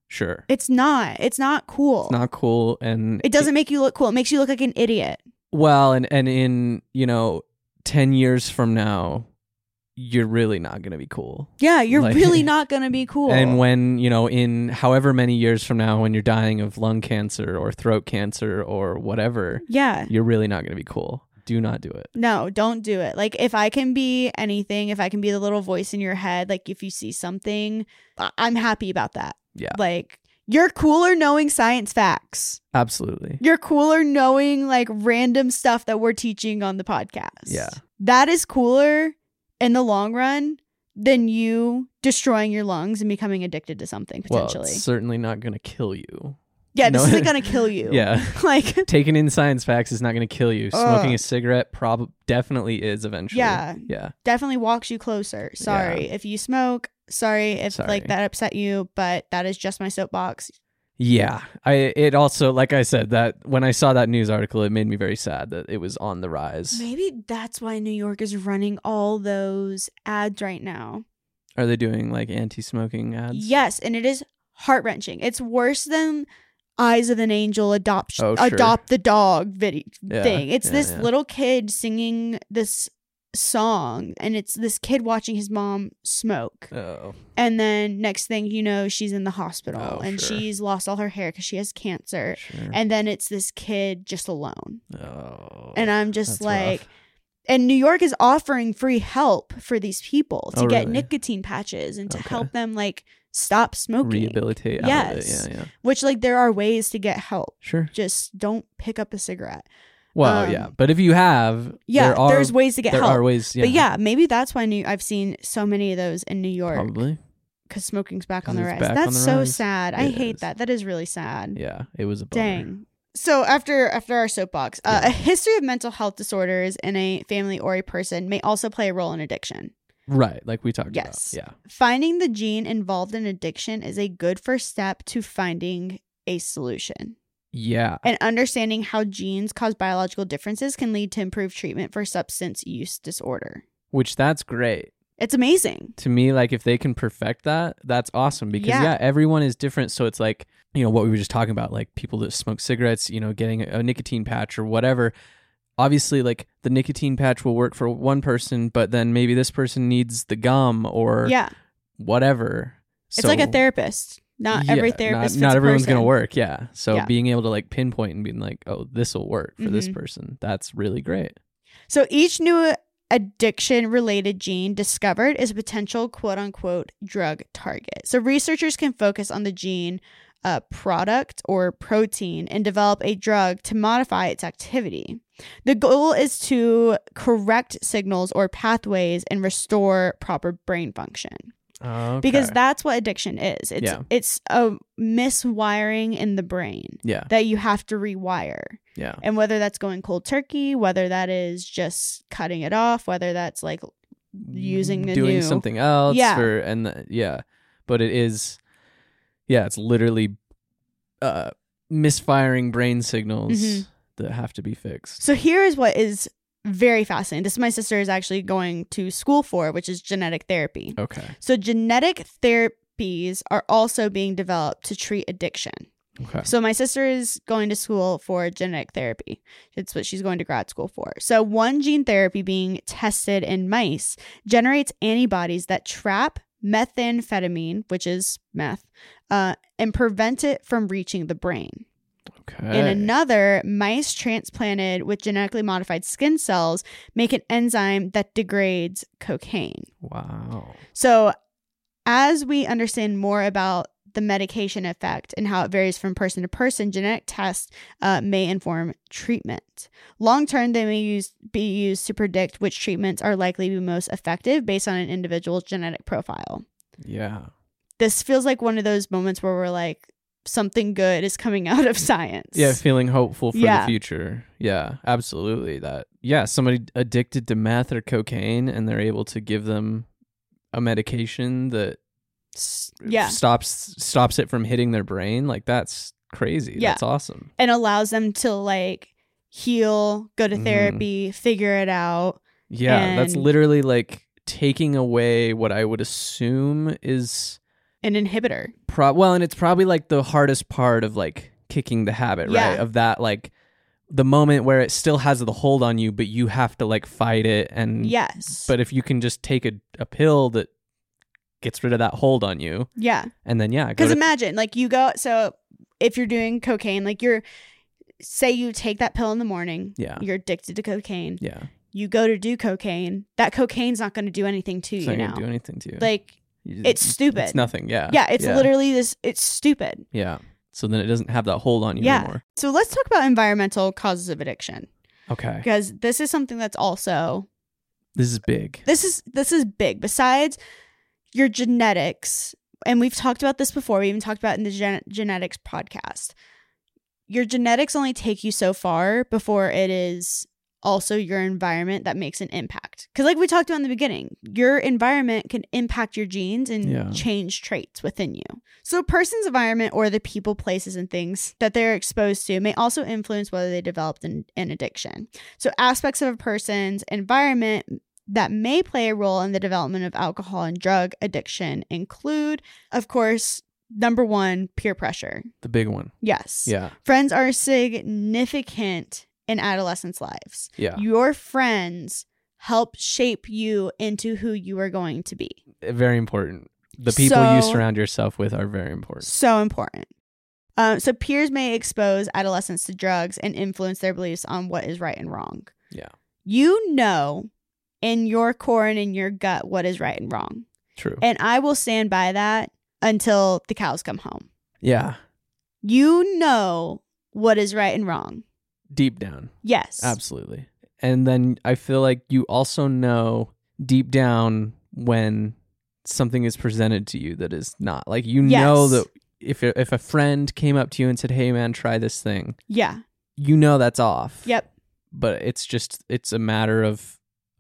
[SPEAKER 3] sure.
[SPEAKER 4] It's not. It's not cool.
[SPEAKER 3] It's not cool, and
[SPEAKER 4] it doesn't make you look cool. It makes you look like an idiot.
[SPEAKER 3] Well, and and in you know ten years from now, you're really not gonna be cool.
[SPEAKER 4] Yeah, you're
[SPEAKER 3] Like- [LAUGHS]
[SPEAKER 4] really not going to be cool.
[SPEAKER 3] And when you know, in however many years from now, when you're dying of lung cancer or throat cancer or whatever,
[SPEAKER 4] yeah.
[SPEAKER 3] you're really not gonna be cool. Do not do it.
[SPEAKER 4] No, don't do it. Like if I can be anything, if I can be the little voice in your head, like if you see something, I- I'm happy about that.
[SPEAKER 3] Yeah.
[SPEAKER 4] Like you're cooler knowing science facts.
[SPEAKER 3] Absolutely.
[SPEAKER 4] You're cooler knowing like random stuff that we're teaching on the podcast.
[SPEAKER 3] Yeah.
[SPEAKER 4] That is cooler in the long run than you destroying your lungs and becoming addicted to something
[SPEAKER 3] Well,
[SPEAKER 4] potentially.
[SPEAKER 3] it's certainly not gonna kill you.
[SPEAKER 4] yeah, this
[SPEAKER 3] no. [LAUGHS]
[SPEAKER 4] isn't going to kill you.
[SPEAKER 3] Yeah.
[SPEAKER 4] [LAUGHS]
[SPEAKER 3] [LAUGHS]
[SPEAKER 4] Like,
[SPEAKER 3] Taking in science facts is not gonna kill you. Smoking
[SPEAKER 4] Ugh.
[SPEAKER 3] a cigarette prob definitely is eventually.
[SPEAKER 4] Yeah.
[SPEAKER 3] Yeah.
[SPEAKER 4] definitely walks you closer. Sorry if you smoke. Sorry if
[SPEAKER 3] Sorry.
[SPEAKER 4] like that upset you, but that is just my soapbox.
[SPEAKER 3] Yeah. I it also like I said that when I saw that news article, it made me very sad that it was on the rise.
[SPEAKER 4] Maybe that's why New York is running all those ads right now.
[SPEAKER 3] Are they doing like anti-smoking ads?
[SPEAKER 4] Yes, and it is heart wrenching. It's worse than Eyes of an Angel adoption
[SPEAKER 3] Oh, sure.
[SPEAKER 4] adopt the dog video
[SPEAKER 3] Yeah,
[SPEAKER 4] thing. It's
[SPEAKER 3] yeah,
[SPEAKER 4] this
[SPEAKER 3] yeah.
[SPEAKER 4] little kid singing this song and it's this kid watching his mom smoke
[SPEAKER 3] Oh.
[SPEAKER 4] and then next thing you know she's in the hospital
[SPEAKER 3] Oh,
[SPEAKER 4] and
[SPEAKER 3] sure.
[SPEAKER 4] she's lost all her hair because she has cancer
[SPEAKER 3] Sure.
[SPEAKER 4] and then it's this kid just alone
[SPEAKER 3] oh.
[SPEAKER 4] and i'm just
[SPEAKER 3] that's
[SPEAKER 4] like
[SPEAKER 3] rough.
[SPEAKER 4] and new york is offering free help for these people to
[SPEAKER 3] Oh,
[SPEAKER 4] get
[SPEAKER 3] really?
[SPEAKER 4] nicotine patches and to
[SPEAKER 3] Okay.
[SPEAKER 4] help them like stop smoking
[SPEAKER 3] rehabilitate out of it.
[SPEAKER 4] Yes.
[SPEAKER 3] Yeah, yeah.
[SPEAKER 4] which like there are ways to get help
[SPEAKER 3] Sure.
[SPEAKER 4] just don't pick up a cigarette
[SPEAKER 3] Well,
[SPEAKER 4] Um,
[SPEAKER 3] yeah. But if you have,
[SPEAKER 4] yeah
[SPEAKER 3] there are,
[SPEAKER 4] there's ways to get
[SPEAKER 3] there
[SPEAKER 4] help
[SPEAKER 3] are ways. Yeah,
[SPEAKER 4] but yeah maybe that's why new- i've seen so many of those in new york
[SPEAKER 3] probably.
[SPEAKER 4] because smoking's back on
[SPEAKER 3] 'Cause
[SPEAKER 4] the
[SPEAKER 3] it's
[SPEAKER 4] rise
[SPEAKER 3] back on
[SPEAKER 4] that's
[SPEAKER 3] the
[SPEAKER 4] so
[SPEAKER 3] rise.
[SPEAKER 4] sad i
[SPEAKER 3] It
[SPEAKER 4] hate
[SPEAKER 3] is.
[SPEAKER 4] that that is really sad
[SPEAKER 3] Yeah, it was a bummer.
[SPEAKER 4] dang so after after our soapbox uh,
[SPEAKER 3] Yeah.
[SPEAKER 4] a history of mental health disorders in a family or a person may also play a role in addiction
[SPEAKER 3] Right, like we talked
[SPEAKER 4] Yes.
[SPEAKER 3] about.
[SPEAKER 4] finding the gene involved in addiction is a good first step to finding a solution
[SPEAKER 3] Yeah. Yeah.
[SPEAKER 4] and understanding how genes cause biological differences can lead to improved treatment for substance use disorder.
[SPEAKER 3] Which that's great.
[SPEAKER 4] It's amazing.
[SPEAKER 3] To me, like if they can perfect that, that's awesome because
[SPEAKER 4] Yeah.
[SPEAKER 3] yeah, everyone is different. So it's like, you know, what we were just talking about, like people that smoke cigarettes, you know, getting a nicotine patch or whatever. Obviously, like the nicotine patch will work for one person, but then maybe this person needs the gum or
[SPEAKER 4] yeah.
[SPEAKER 3] whatever.
[SPEAKER 4] It's like a
[SPEAKER 3] So-
[SPEAKER 4] therapist. Not
[SPEAKER 3] Yeah,
[SPEAKER 4] every therapist.
[SPEAKER 3] Not,
[SPEAKER 4] fits
[SPEAKER 3] not
[SPEAKER 4] a
[SPEAKER 3] everyone's gonna
[SPEAKER 4] person.
[SPEAKER 3] work. Yeah. So
[SPEAKER 4] Yeah.
[SPEAKER 3] being able to like pinpoint and being like, oh, this will work for this
[SPEAKER 4] Mhm.
[SPEAKER 3] person. That's really great.
[SPEAKER 4] So each new addiction related gene discovered is a potential quote unquote drug target. So researchers can focus on the gene uh, product or protein and develop a drug to modify its activity. The goal is to correct signals or pathways and restore proper brain function because that's what addiction is. It's
[SPEAKER 3] Yeah.
[SPEAKER 4] it's a miswiring in the brain
[SPEAKER 3] yeah,
[SPEAKER 4] that you have to rewire.
[SPEAKER 3] yeah,
[SPEAKER 4] And whether that's going cold turkey, whether that is just cutting it off, whether that's like, using the
[SPEAKER 3] doing
[SPEAKER 4] new-
[SPEAKER 3] something else.
[SPEAKER 4] Yeah.
[SPEAKER 3] For, and the, yeah, but it is, yeah, it's literally, uh, misfiring brain signals
[SPEAKER 4] Mhm.
[SPEAKER 3] that have to be fixed.
[SPEAKER 4] so here is what is very fascinating. This my sister is actually going to school for, which is genetic therapy.
[SPEAKER 3] Okay.
[SPEAKER 4] So genetic therapies are also being developed to treat addiction.
[SPEAKER 3] Okay.
[SPEAKER 4] So my sister is going to school for genetic therapy. It's what she's going to grad school for. So one gene therapy being tested in mice generates antibodies that trap methamphetamine, which is meth, uh, and prevent it from reaching the brain.
[SPEAKER 3] Okay.
[SPEAKER 4] In another, mice transplanted with genetically modified skin cells make an enzyme that degrades cocaine.
[SPEAKER 3] wow.
[SPEAKER 4] So, as we understand more about the medication effect and how it varies from person to person, genetic tests uh, may inform treatment. Long term, they may use, be used to predict which treatments are likely to be most effective based on an individual's genetic profile.
[SPEAKER 3] Yeah.
[SPEAKER 4] This feels like one of those moments where we're like, something good is coming [LAUGHS] out of science.
[SPEAKER 3] Yeah, feeling hopeful for
[SPEAKER 4] Yeah.
[SPEAKER 3] the future. Yeah, absolutely. That yeah, somebody addicted to meth or cocaine, and they're able to give them a medication that
[SPEAKER 4] S- Yeah.
[SPEAKER 3] stops stops it from hitting their brain. Like that's crazy.
[SPEAKER 4] Yeah.
[SPEAKER 3] That's awesome.
[SPEAKER 4] And allows them to like heal, go to
[SPEAKER 3] Mhm.
[SPEAKER 4] therapy, figure it out.
[SPEAKER 3] Yeah, that's
[SPEAKER 4] And-
[SPEAKER 3] literally like taking away what I would assume is
[SPEAKER 4] An inhibitor.
[SPEAKER 3] pro well and it's probably like the hardest part of like kicking the habit
[SPEAKER 4] Yeah.
[SPEAKER 3] right of that like the moment where it still has the hold on you but you have to like fight it and
[SPEAKER 4] Yes.
[SPEAKER 3] Mm. but if you can just take a, a pill that gets rid of that hold on you
[SPEAKER 4] yeah.
[SPEAKER 3] and then yeah go
[SPEAKER 4] Because
[SPEAKER 3] to-
[SPEAKER 4] imagine, like, you go, so if you're doing cocaine, like, you're, say you take that pill in the morning,
[SPEAKER 3] Yeah.
[SPEAKER 4] you're addicted to cocaine,
[SPEAKER 3] yeah
[SPEAKER 4] you go to do cocaine, that cocaine's not going to do anything to
[SPEAKER 3] it's
[SPEAKER 4] you
[SPEAKER 3] not
[SPEAKER 4] now.
[SPEAKER 3] gonna do anything to you
[SPEAKER 4] Like,
[SPEAKER 3] You-
[SPEAKER 4] it's stupid.
[SPEAKER 3] it's nothing yeah
[SPEAKER 4] yeah, it's literally this, it's stupid.
[SPEAKER 3] yeah so then it doesn't have that hold on you
[SPEAKER 4] Yeah.
[SPEAKER 3] anymore
[SPEAKER 4] So let's talk about environmental causes of addiction
[SPEAKER 3] okay
[SPEAKER 4] because this is something that's also
[SPEAKER 3] this is big
[SPEAKER 4] this is this is big besides your genetics and we've talked about this before we even talked about it in the gen- genetics podcast your genetics only take you so far before it is also your environment that makes an impact because like we talked about in the beginning your environment can impact your genes and
[SPEAKER 3] Yeah.
[SPEAKER 4] change traits within you so a person's environment or the people places and things that they're exposed to may also influence whether they developed an, an addiction so aspects of a person's environment that may play a role in the development of alcohol and drug addiction include, of course, number one, peer pressure.
[SPEAKER 3] the big one
[SPEAKER 4] Yes.
[SPEAKER 3] yeah
[SPEAKER 4] Friends are significant in adolescents' lives.
[SPEAKER 3] yeah
[SPEAKER 4] Your friends help shape you into who you are going to be.
[SPEAKER 3] Eh, very important the people you
[SPEAKER 4] So-
[SPEAKER 3] surround yourself with are very important
[SPEAKER 4] So important. Um, so, peers may expose adolescents to drugs and influence their beliefs on what is right and wrong.
[SPEAKER 3] Yeah.
[SPEAKER 4] You know in your core and in your gut what is right and wrong.
[SPEAKER 3] true
[SPEAKER 4] And I will stand by that until the cows come home.
[SPEAKER 3] yeah
[SPEAKER 4] You know what is right and wrong.
[SPEAKER 3] deep down
[SPEAKER 4] Yes.
[SPEAKER 3] Absolutely. And then I feel like you also know deep down when something is presented to you that is not. Like you know
[SPEAKER 4] Yes.
[SPEAKER 3] that if if a friend came up to you and said, "Hey man, try this thing."
[SPEAKER 4] Yeah.
[SPEAKER 3] You know that's off.
[SPEAKER 4] Yep.
[SPEAKER 3] But it's just it's a matter of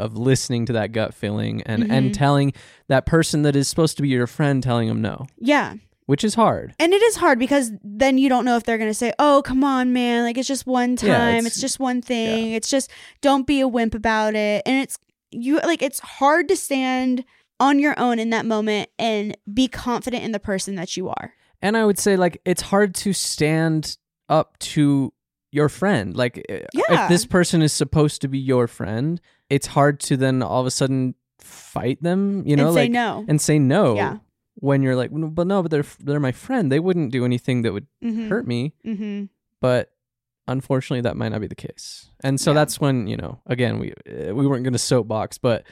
[SPEAKER 3] of listening to that gut feeling and and
[SPEAKER 4] Mhm.
[SPEAKER 3] telling that person that is supposed to be your friend telling them no,
[SPEAKER 4] Yeah.
[SPEAKER 3] which is hard.
[SPEAKER 4] And it is hard because then you don't know if they're going to say, "Oh, come on, man. Like it's just one time.
[SPEAKER 3] Yeah,
[SPEAKER 4] it's,
[SPEAKER 3] it's-
[SPEAKER 4] just one thing. It's just don't be a wimp about it." And it's you like it's hard to stand on your own in that moment and be confident in the person that you are.
[SPEAKER 3] and I would say like it's hard to stand up to your friend. Like i-
[SPEAKER 4] Yeah.
[SPEAKER 3] if this person is supposed to be your friend, it's hard to then all of a sudden fight them, you know,
[SPEAKER 4] and
[SPEAKER 3] like
[SPEAKER 4] say no.
[SPEAKER 3] and say no.
[SPEAKER 4] Yeah.
[SPEAKER 3] when you're like, "No, but no, but they're they're my friend. They wouldn't do anything that would
[SPEAKER 4] Mm-hmm.
[SPEAKER 3] hurt me.
[SPEAKER 4] Mm-hmm.
[SPEAKER 3] But unfortunately, that might not be the case. And so
[SPEAKER 4] Yeah.
[SPEAKER 3] that's when you know, again, we uh, we weren't going to soapbox, but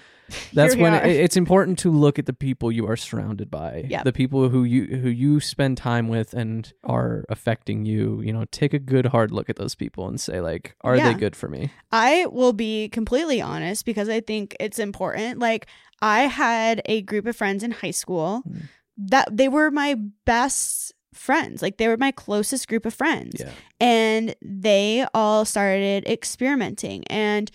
[SPEAKER 4] [LAUGHS]
[SPEAKER 3] that's
[SPEAKER 4] Here we
[SPEAKER 3] when
[SPEAKER 4] are.
[SPEAKER 3] it, it's important to look at the people you are surrounded by,
[SPEAKER 4] Yeah.
[SPEAKER 3] the people who you who you spend time with and are affecting you. You know, take a good hard look at those people and say like, are
[SPEAKER 4] Yeah.
[SPEAKER 3] they good for me?
[SPEAKER 4] I will be completely honest because I think it's important. Like I had a group of friends in high school
[SPEAKER 3] Mm.
[SPEAKER 4] that they were my best friends. Like they were my closest group of friends.
[SPEAKER 3] Yeah.
[SPEAKER 4] And they all started experimenting and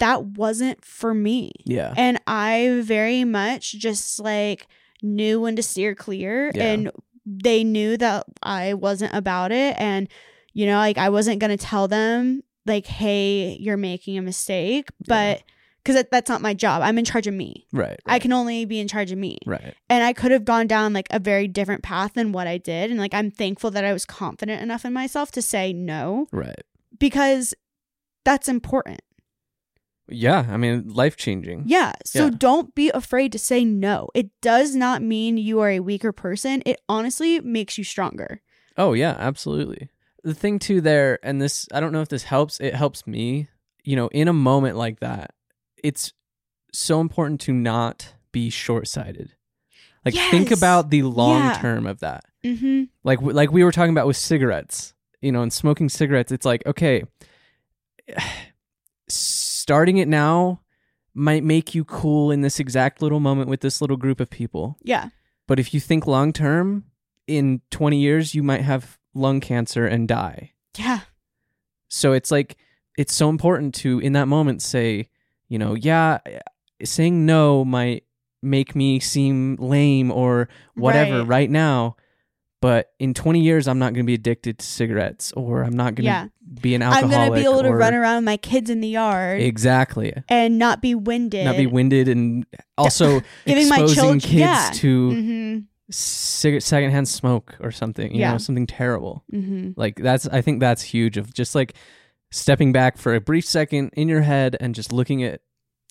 [SPEAKER 4] that wasn't for me.
[SPEAKER 3] Yeah.
[SPEAKER 4] And I very much just like knew when to steer clear
[SPEAKER 3] Yeah.
[SPEAKER 4] and they knew that I wasn't about it and you know like I wasn't going to tell them like hey you're making a mistake but cuz that, that's not my job. I'm in charge of me.
[SPEAKER 3] Right.
[SPEAKER 4] I can only be in charge of me.
[SPEAKER 3] Right.
[SPEAKER 4] And I could have gone down like a very different path than what I did and like I'm thankful that I was confident enough in myself to say no
[SPEAKER 3] Right.
[SPEAKER 4] because that's important.
[SPEAKER 3] Yeah. I mean, life changing.
[SPEAKER 4] Yeah. So
[SPEAKER 3] Yeah.
[SPEAKER 4] don't be afraid to say no. It does not mean you are a weaker person. It honestly makes you stronger.
[SPEAKER 3] Oh yeah, absolutely. The thing too there and this I don't know if this helps, it helps me. You know, in a moment like that, it's so important to not be short-sighted. Like think
[SPEAKER 4] Yes.
[SPEAKER 3] about the long
[SPEAKER 4] Yeah.
[SPEAKER 3] term of that.
[SPEAKER 4] Mm-hmm.
[SPEAKER 3] Like w- like we were talking about with cigarettes, you know, and smoking cigarettes, it's like, okay, [SIGHS] starting it now might make you cool in this exact little moment with this little group of people.
[SPEAKER 4] Yeah.
[SPEAKER 3] But if you think long term, in 20 years, you might have lung cancer and die.
[SPEAKER 4] Yeah.
[SPEAKER 3] So it's like, it's so important to, in that moment, say, you know, yeah, saying no might make me seem lame or whatever right,
[SPEAKER 4] Right.
[SPEAKER 3] now. But in 20 years, I'm not going to be addicted to cigarettes or I'm not going to
[SPEAKER 4] Yeah.
[SPEAKER 3] be an
[SPEAKER 4] I'm
[SPEAKER 3] alcoholic.
[SPEAKER 4] going to be able to
[SPEAKER 3] or-
[SPEAKER 4] run around with my kids in the yard
[SPEAKER 3] Exactly.
[SPEAKER 4] and not be winded.
[SPEAKER 3] Not be winded and also
[SPEAKER 4] Giving my
[SPEAKER 3] exposing
[SPEAKER 4] children-
[SPEAKER 3] kids
[SPEAKER 4] yeah.
[SPEAKER 3] to
[SPEAKER 4] Mm-hmm.
[SPEAKER 3] cig- secondhand smoke or something, you
[SPEAKER 4] Yeah.
[SPEAKER 3] know, something terrible.
[SPEAKER 4] Mm-hmm.
[SPEAKER 3] Like that's I think that's huge of just like stepping back for a brief second in your head and just looking at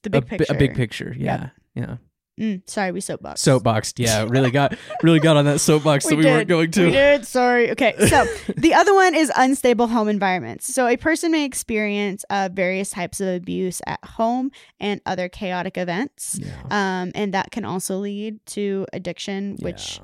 [SPEAKER 4] The
[SPEAKER 3] a
[SPEAKER 4] big
[SPEAKER 3] bi-
[SPEAKER 4] picture.
[SPEAKER 3] a big picture. Yeah. Yeah.
[SPEAKER 4] Mm, sorry, we soapbox.
[SPEAKER 3] Soapboxed. Yeah, really
[SPEAKER 4] [LAUGHS]
[SPEAKER 3] got really got on that soapbox that we
[SPEAKER 4] did.
[SPEAKER 3] weren't going
[SPEAKER 4] We
[SPEAKER 3] to.
[SPEAKER 4] did. Sorry. Okay.
[SPEAKER 3] [LAUGHS]
[SPEAKER 4] So the other one is unstable home environments. So a person may experience uh, various types of abuse at home and other chaotic events.
[SPEAKER 3] Yeah.
[SPEAKER 4] Um, and that can also lead to addiction, which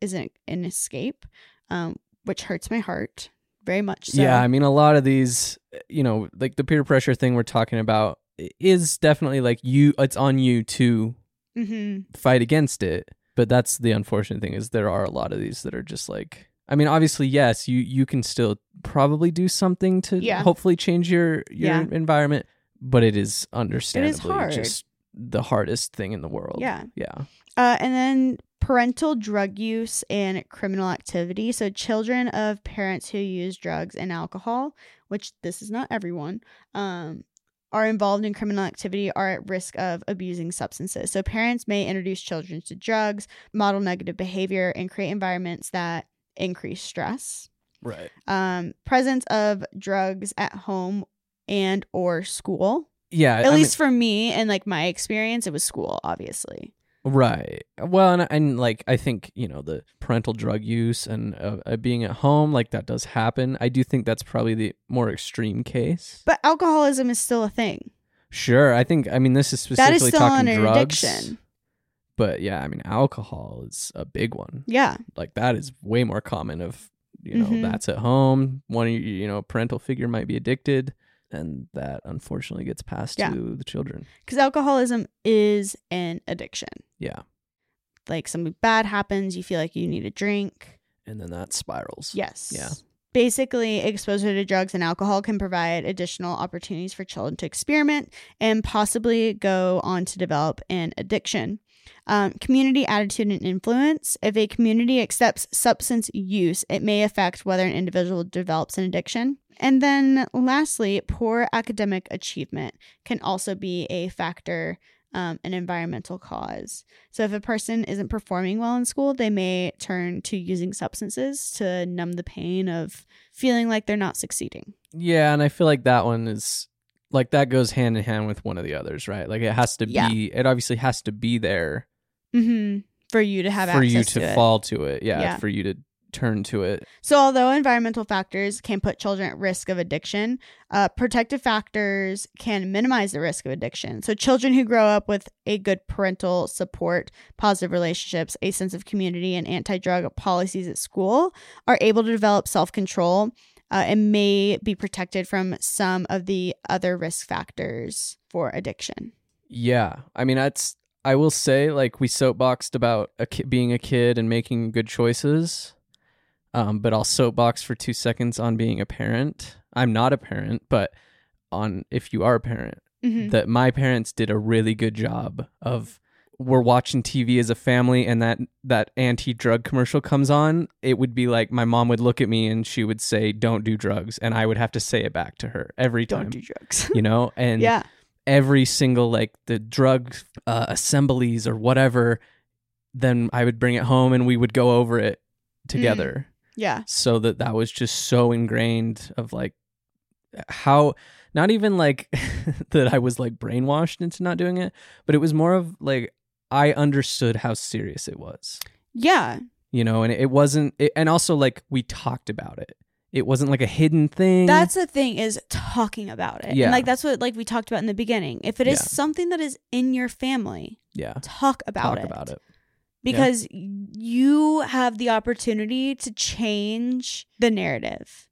[SPEAKER 4] isn't an escape, um, which hurts my heart very much. So.
[SPEAKER 3] Yeah, I mean, a lot of these, you know, like the peer pressure thing we're talking about i- is definitely like you, it's on you to
[SPEAKER 4] hmm
[SPEAKER 3] fight against it. But that's the unfortunate thing is there are a lot of these that are just like I mean, obviously, yes, you you can still probably do something to
[SPEAKER 4] Yeah.
[SPEAKER 3] hopefully change your your
[SPEAKER 4] Yeah.
[SPEAKER 3] environment, but it is understandably
[SPEAKER 4] hard.
[SPEAKER 3] just the hardest thing in the world.
[SPEAKER 4] Yeah.
[SPEAKER 3] Yeah.
[SPEAKER 4] Uh, and then parental drug use and criminal activity. So children of parents who use drugs and alcohol, which this is not everyone, um, are involved in criminal activity are at risk of abusing substances. So parents may introduce children to drugs, model negative behavior, and create environments that increase stress.
[SPEAKER 3] Right.
[SPEAKER 4] Um, presence of drugs at home and or school.
[SPEAKER 3] Yeah.
[SPEAKER 4] At
[SPEAKER 3] I mean-
[SPEAKER 4] least for me and like my experience, it was school, obviously.
[SPEAKER 3] Right. Well, and and like I think you know the parental drug use and uh, uh, being at home like that does happen. I do think that's probably the more extreme case.
[SPEAKER 4] But alcoholism is still a thing.
[SPEAKER 3] Sure, I think I mean this is
[SPEAKER 4] That
[SPEAKER 3] specifically
[SPEAKER 4] is still
[SPEAKER 3] talking
[SPEAKER 4] an
[SPEAKER 3] drugs.
[SPEAKER 4] addiction.
[SPEAKER 3] But yeah, I mean alcohol is a big one.
[SPEAKER 4] Yeah.
[SPEAKER 3] Like that is way more common of you know
[SPEAKER 4] Mhm.
[SPEAKER 3] that's at home. One of your, you know parental figure might be addicted, and that unfortunately gets passed
[SPEAKER 4] Yeah.
[SPEAKER 3] to the children.
[SPEAKER 4] Because alcoholism is an addiction.
[SPEAKER 3] Yeah,
[SPEAKER 4] Like something bad happens, you feel like you need a drink.
[SPEAKER 3] and then that spirals.
[SPEAKER 4] Yes.
[SPEAKER 3] Yeah.
[SPEAKER 4] Basically, exposure to drugs and alcohol can provide additional opportunities for children to experiment and possibly go on to develop an addiction. Um, community attitude and influence. If a community accepts substance use, it may affect whether an individual develops an addiction. And then, lastly, poor academic achievement can also be a factor, um, an environmental cause. So if a person isn't performing well in school, they may turn to using substances to numb the pain of feeling like they're not succeeding.
[SPEAKER 3] Yeah, and I feel like that one is like that goes hand in hand with one of the others, right? Like it has to
[SPEAKER 4] Yeah.
[SPEAKER 3] be it obviously has to be there
[SPEAKER 4] Mm-hmm. for you to have
[SPEAKER 3] for
[SPEAKER 4] access
[SPEAKER 3] you
[SPEAKER 4] to,
[SPEAKER 3] to,
[SPEAKER 4] it.
[SPEAKER 3] fall to it. Yeah,
[SPEAKER 4] Yeah.
[SPEAKER 3] for you to turn to it.
[SPEAKER 4] So, although environmental factors can put children at risk of addiction, uh, protective factors can minimize the risk of addiction. So, children who grow up with a good parental support, positive relationships, a sense of community, and anti drug policies at school are able to develop self control uh, and may be protected from some of the other risk factors for addiction.
[SPEAKER 3] Yeah, I mean that's. I will say, like we soapboxed about a ki- being a kid and making good choices, um, but I'll soapbox for two seconds on being a parent. I'm not a parent, but on if you are a parent,
[SPEAKER 4] Mhm.
[SPEAKER 3] that my parents did a really good job of. We're watching TV as a family, and that that anti-drug commercial comes on. It would be like my mom would look at me and she would say, "Don't do drugs," and I would have to say it back to her every time.
[SPEAKER 4] Don't do drugs. [LAUGHS]
[SPEAKER 3] you know, and
[SPEAKER 4] yeah.
[SPEAKER 3] every single like the drug uh, assemblies or whatever, then I would bring it home and we would go over it together.
[SPEAKER 4] Yeah.
[SPEAKER 3] So that that was just so ingrained of like how not even like [LAUGHS] that I was like brainwashed into not doing it, but it was more of like I understood how serious it was,
[SPEAKER 4] Yeah.
[SPEAKER 3] you know, and it wasn't, it, and also like we talked about it. It wasn't like a hidden thing.
[SPEAKER 4] That's the thing is talking about it.
[SPEAKER 3] Mm. Yeah.
[SPEAKER 4] And like that's what like we talked about in the beginning. If it is
[SPEAKER 3] Yeah.
[SPEAKER 4] something that is in your family,
[SPEAKER 3] yeah.
[SPEAKER 4] talk about
[SPEAKER 3] talk
[SPEAKER 4] it.
[SPEAKER 3] about it.
[SPEAKER 4] Because you have the opportunity to change the narrative.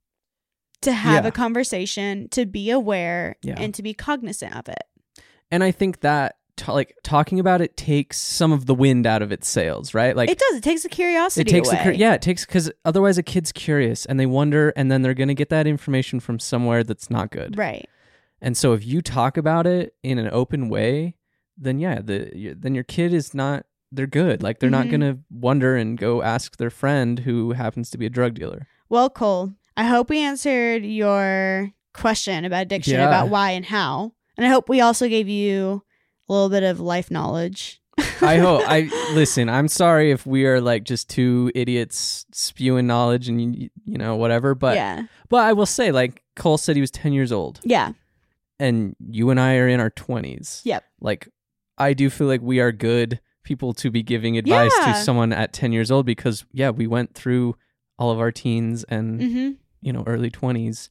[SPEAKER 4] To have
[SPEAKER 3] Yeah.
[SPEAKER 4] a conversation, to be aware
[SPEAKER 3] Yeah.
[SPEAKER 4] and to be cognizant of it.
[SPEAKER 3] and I think that t- like talking about it takes some of the wind out of its sails, right? Like
[SPEAKER 4] it does. It takes the curiosity
[SPEAKER 3] it takes
[SPEAKER 4] away.
[SPEAKER 3] the cur- yeah, it takes because otherwise a kid's curious and they wonder, and then they're gonna get that information from somewhere that's not good.
[SPEAKER 4] Right.
[SPEAKER 3] And so if you talk about it in an open way, then yeah, the y- then your kid is not they're good. Like they're
[SPEAKER 4] Mhm.
[SPEAKER 3] not gonna wonder and go ask their friend who happens to be a drug
[SPEAKER 4] [LAUGHS]
[SPEAKER 3] dealer.
[SPEAKER 4] Well, Cole, I hope we answered your question about addiction,
[SPEAKER 3] Yeah.
[SPEAKER 4] about why and how. And I hope we also gave you a little bit of life knowledge.
[SPEAKER 3] I hope
[SPEAKER 4] [LAUGHS]
[SPEAKER 3] I listen. I'm sorry if we are like just two idiots spewing knowledge and y- y- you know whatever, but.
[SPEAKER 4] yeah.
[SPEAKER 3] But I will say, like Cole said, he was ten years old,
[SPEAKER 4] Yeah.
[SPEAKER 3] and you and I are in our twenties.
[SPEAKER 4] Yep.
[SPEAKER 3] Like, I do feel like we are good people to be giving advice
[SPEAKER 4] Yeah.
[SPEAKER 3] to someone at ten years old because, yeah, we went through all of our teens and
[SPEAKER 4] Mm-hmm.
[SPEAKER 3] you know early twenties,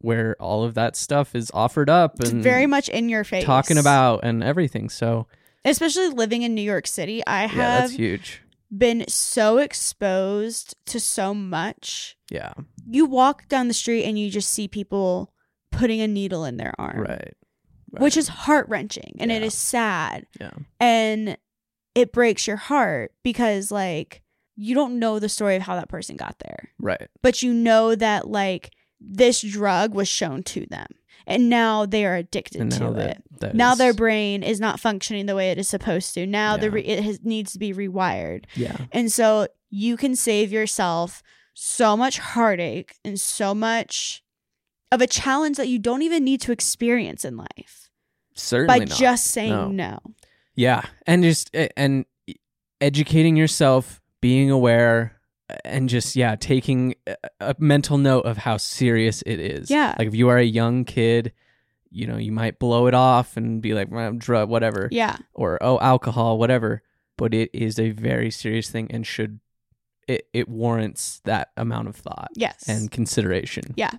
[SPEAKER 3] where all of that stuff is offered up
[SPEAKER 4] It's
[SPEAKER 3] and
[SPEAKER 4] very much in your face.
[SPEAKER 3] talking about and everything. So
[SPEAKER 4] especially living in New York City, I
[SPEAKER 3] yeah,
[SPEAKER 4] have
[SPEAKER 3] that's huge.
[SPEAKER 4] been so exposed to so much.
[SPEAKER 3] Yeah.
[SPEAKER 4] You walk down the street and you just see people putting a needle in their arm,
[SPEAKER 3] Right.
[SPEAKER 4] which
[SPEAKER 3] Right.
[SPEAKER 4] is heart wrenching and it
[SPEAKER 3] Yeah.
[SPEAKER 4] is sad.
[SPEAKER 3] yeah.
[SPEAKER 4] and it breaks your heart because like you don't know the story of how that person got there
[SPEAKER 3] Right.
[SPEAKER 4] but you know that like this drug was shown to them and now they are addicted
[SPEAKER 3] And
[SPEAKER 4] to
[SPEAKER 3] now
[SPEAKER 4] it
[SPEAKER 3] that, that
[SPEAKER 4] now
[SPEAKER 3] is-
[SPEAKER 4] their brain is not functioning the way it is supposed to now the
[SPEAKER 3] Yeah.
[SPEAKER 4] re- it has, needs to be rewired
[SPEAKER 3] yeah.
[SPEAKER 4] and so you can save yourself so much heartache and so much of a challenge that you don't even need to experience in life
[SPEAKER 3] Certainly
[SPEAKER 4] by
[SPEAKER 3] not.
[SPEAKER 4] just saying
[SPEAKER 3] No.
[SPEAKER 4] no.
[SPEAKER 3] Yeah, and just a- and e, educating yourself, being aware, and just yeah, taking a- a mental note of how serious it is.
[SPEAKER 4] Yeah.
[SPEAKER 3] like if you are a young kid, you know you might blow it off and be like, well, drug, whatever,
[SPEAKER 4] yeah
[SPEAKER 3] or oh, alcohol, whatever. But it is a very serious thing and should it it warrants that amount of thought
[SPEAKER 4] yes
[SPEAKER 3] and consideration.
[SPEAKER 4] Yeah.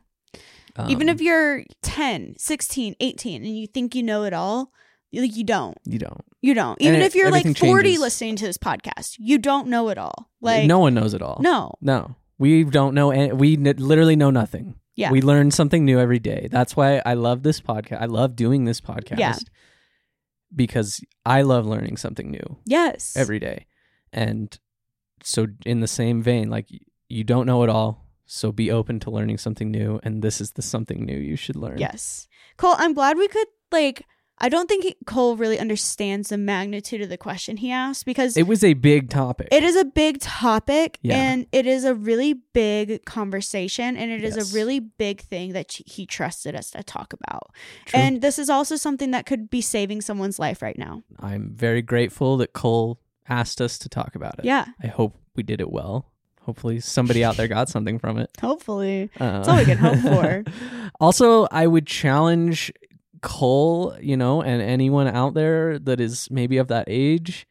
[SPEAKER 3] Um,
[SPEAKER 4] even if you're 10 16 18 and you think you know it all you- like you don't
[SPEAKER 3] you don't,
[SPEAKER 4] you don't
[SPEAKER 3] And
[SPEAKER 4] even
[SPEAKER 3] it-
[SPEAKER 4] if you're like 40
[SPEAKER 3] everything changes.
[SPEAKER 4] listening to this podcast you don't know it all like
[SPEAKER 3] no one knows it all.
[SPEAKER 4] no
[SPEAKER 3] No, we don't know. an- We n- literally know nothing.
[SPEAKER 4] Yeah.
[SPEAKER 3] we learn something new every day. That's why I love this podcast. I love doing this podcast.
[SPEAKER 4] Yeah.
[SPEAKER 3] because I love learning something new
[SPEAKER 4] yes
[SPEAKER 3] every day, and so in the same vein, like y- you don't know it all, so be open to learning something new. And this is the something new you should learn.
[SPEAKER 4] yes cole i'm glad we could like i don't think he- cole really understands the magnitude of the question he asked because
[SPEAKER 3] it was a big topic.
[SPEAKER 4] It is a big topic
[SPEAKER 3] Yeah.
[SPEAKER 4] and it is a really big conversation and it is
[SPEAKER 3] Yes.
[SPEAKER 4] a really big thing that he trusted us to talk about.
[SPEAKER 3] True.
[SPEAKER 4] And this is also something that could be saving someone's life right now.
[SPEAKER 3] I'm very grateful that Cole asked us to talk about it.
[SPEAKER 4] Yeah,
[SPEAKER 3] I hope we did it well. Hopefully, somebody out there got something from it.
[SPEAKER 4] hopefully.
[SPEAKER 3] That's
[SPEAKER 4] all we can hope for.
[SPEAKER 3] Uh-huh. [LAUGHS] also, I would challenge Cole, you know, and anyone out there that is maybe of that age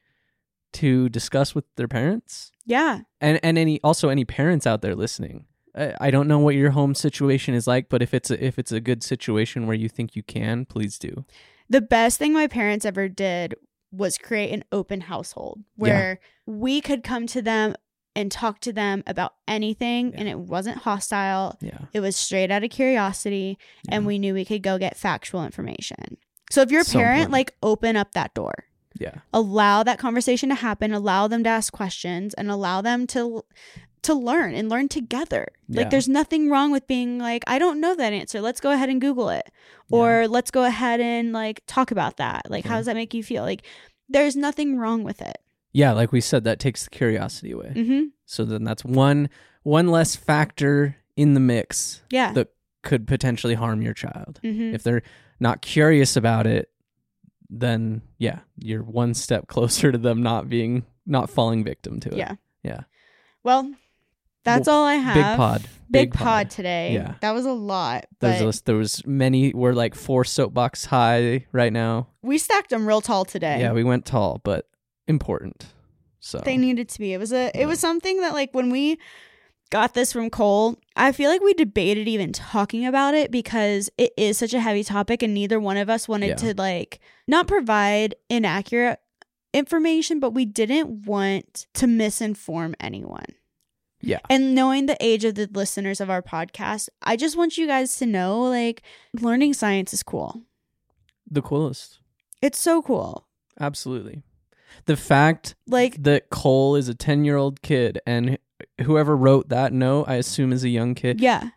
[SPEAKER 3] to discuss with their parents
[SPEAKER 4] Yeah.
[SPEAKER 3] and and any also any parents out there listening I, I don't know what your home situation is like but if it's a, if it's a good situation where you think you can please do
[SPEAKER 4] The best thing my parents ever did was create an open household where we could come to them and talk to them about anything
[SPEAKER 3] Yeah.
[SPEAKER 4] and it wasn't hostile.
[SPEAKER 3] yeah
[SPEAKER 4] It was straight out of curiosity and we knew we could go get factual information. So if you're a
[SPEAKER 3] So
[SPEAKER 4] parent,
[SPEAKER 3] important.
[SPEAKER 4] like open up that door.
[SPEAKER 3] yeah
[SPEAKER 4] Allow that conversation to happen, allow them to ask questions and allow them to to learn and learn together.
[SPEAKER 3] Yeah.
[SPEAKER 4] Like there's nothing wrong with being like I don't know that answer. Let's go ahead and google it or let's go ahead and like talk about that. Like how
[SPEAKER 3] Yeah.
[SPEAKER 4] does that make you feel? Like there's nothing wrong with it.
[SPEAKER 3] yeah like we said that takes the curiosity away
[SPEAKER 4] Mhm.
[SPEAKER 3] so then that's one one less factor in the mix
[SPEAKER 4] Yeah.
[SPEAKER 3] that could potentially harm your child
[SPEAKER 4] Mhm.
[SPEAKER 3] if they're not curious about it then yeah you're one step [LAUGHS] closer to them not being not falling victim to it
[SPEAKER 4] Yeah.
[SPEAKER 3] yeah
[SPEAKER 4] Well, that's all I have.
[SPEAKER 3] big pod
[SPEAKER 4] Big, pod, today.
[SPEAKER 3] Yeah.
[SPEAKER 4] That was a lot. But
[SPEAKER 3] There's a, there was many. We're like four soapbox high right now.
[SPEAKER 4] we stacked them real tall today.
[SPEAKER 3] Yeah, we went tall, but important. So
[SPEAKER 4] they needed to be. It was a it was something that like when we got this from Cole, I feel like we debated even talking about it because it is such a heavy topic and neither one of us wanted
[SPEAKER 3] Yeah.
[SPEAKER 4] to like not provide inaccurate information, but we didn't want to misinform anyone.
[SPEAKER 3] Yeah.
[SPEAKER 4] And knowing the age of the listeners of our podcast, I just want you guys to know like learning science is cool.
[SPEAKER 3] the coolest.
[SPEAKER 4] It's so cool.
[SPEAKER 3] Absolutely. The fact
[SPEAKER 4] Like
[SPEAKER 3] that Cole is a ten year old kid and whoever wrote that note, I assume, is a young kid.
[SPEAKER 4] yeah.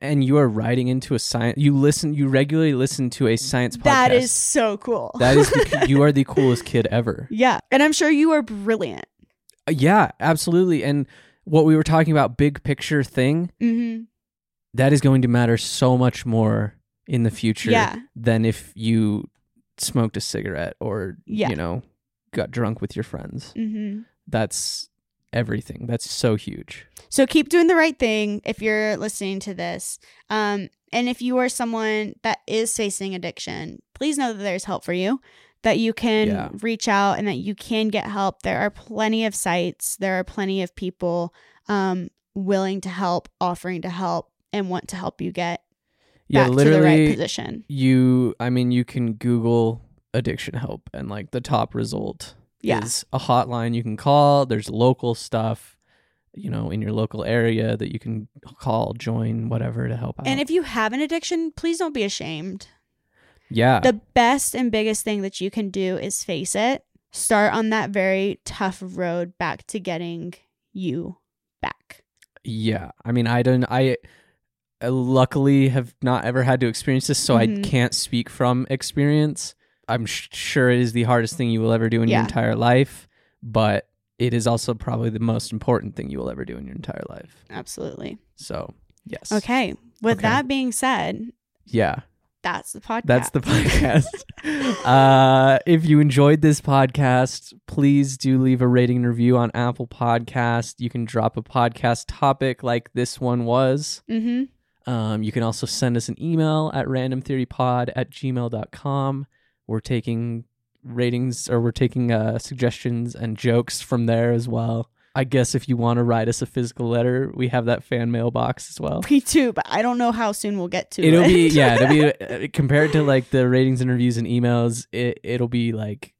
[SPEAKER 3] And you are writing into a science. You listen. You regularly listen to a science podcast.
[SPEAKER 4] That is so cool.
[SPEAKER 3] That is. The, you are the coolest kid ever.
[SPEAKER 4] [LAUGHS] Yeah. And I'm sure you are brilliant.
[SPEAKER 3] Uh, Yeah, absolutely. And what we were talking about, big picture thing.
[SPEAKER 4] Mm-hmm.
[SPEAKER 3] that is going to matter so much more in the future
[SPEAKER 4] Yeah.
[SPEAKER 3] than if you smoked a cigarette or
[SPEAKER 4] Yeah.
[SPEAKER 3] you know got drunk with your friends
[SPEAKER 4] Mm-hmm.
[SPEAKER 3] that's everything that's so huge
[SPEAKER 4] So keep doing the right thing if you're listening to this. Um, and if you are someone that is facing addiction, please know that there's help for you, that you can
[SPEAKER 3] Yeah.
[SPEAKER 4] reach out and that you can get help. There are plenty of sites, there are plenty of people um, willing to help, offering to help, and want to help you get
[SPEAKER 3] yeah
[SPEAKER 4] back to the
[SPEAKER 3] literally
[SPEAKER 4] right position.
[SPEAKER 3] you i mean you can google addiction help and like the top result
[SPEAKER 4] Yeah.
[SPEAKER 3] is a hotline you can call there's local stuff you know in your local area that you can call join whatever to help out
[SPEAKER 4] And if you have an addiction, please don't be ashamed.
[SPEAKER 3] yeah
[SPEAKER 4] the best and biggest thing that you can do is face it. Start on that very tough road back to getting you back.
[SPEAKER 3] Yeah, I mean, I don't. I, I luckily have not ever had to experience this, so
[SPEAKER 4] Mhm.
[SPEAKER 3] I can't speak from experience. I'm sh- sure it is the hardest thing you will ever do in your
[SPEAKER 4] Yeah.
[SPEAKER 3] entire life, but it is also probably the most important thing you will ever do in your entire life.
[SPEAKER 4] Absolutely.
[SPEAKER 3] So, yes.
[SPEAKER 4] Okay. With
[SPEAKER 3] Okay.
[SPEAKER 4] that being said,
[SPEAKER 3] Yeah,
[SPEAKER 4] that's the podcast.
[SPEAKER 3] that's the [LAUGHS] podcast. uh, if you enjoyed this podcast, please do leave a rating and review on Apple Podcast. You can drop a podcast topic like this one was.
[SPEAKER 4] [LAUGHS] Mm-hmm.
[SPEAKER 3] Um, you can also send us an email at randomtheorypod at gmail.com. We're taking ratings or we're taking uh, suggestions and jokes from there as well. I guess if you want to write us a physical letter, we have that fan mail box as well.
[SPEAKER 4] Me too, but I don't know how soon we'll get to
[SPEAKER 3] It'll
[SPEAKER 4] it. [LAUGHS]
[SPEAKER 3] be, yeah, it'll be uh, compared to like the ratings and reviews and emails, it, it'll be like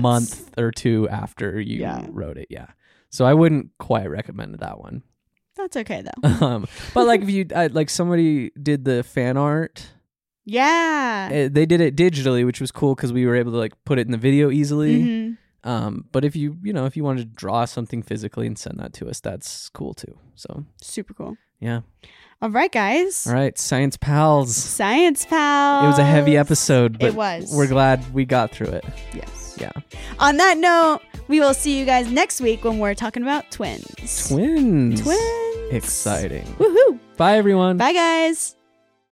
[SPEAKER 4] Months.
[SPEAKER 3] month or two after you
[SPEAKER 4] Yeah.
[SPEAKER 3] wrote it. Yeah. So I wouldn't quite recommend that one. [LAUGHS]
[SPEAKER 4] That's okay though.
[SPEAKER 3] Um, but like if you, I, like somebody did the fan art.
[SPEAKER 4] Yeah.
[SPEAKER 3] Uh, they did it digitally, which was cool because we were able to like put it in the video easily.
[SPEAKER 4] hmm
[SPEAKER 3] Um, but if you you know if you wanted to draw something physically and send that to us, that's cool too. So
[SPEAKER 4] Super cool.
[SPEAKER 3] yeah,
[SPEAKER 4] All right, guys.
[SPEAKER 3] all right, science pals.
[SPEAKER 4] Science pal.
[SPEAKER 3] It was a heavy episode, but
[SPEAKER 4] It was.
[SPEAKER 3] We're glad we got through it.
[SPEAKER 4] Yes.
[SPEAKER 3] Yeah,
[SPEAKER 4] On that note, we will see you guys next week when we're talking about twins.
[SPEAKER 3] twins.
[SPEAKER 4] Twins.
[SPEAKER 3] Exciting.
[SPEAKER 4] Woohoo.
[SPEAKER 3] Bye everyone.
[SPEAKER 4] Bye, guys.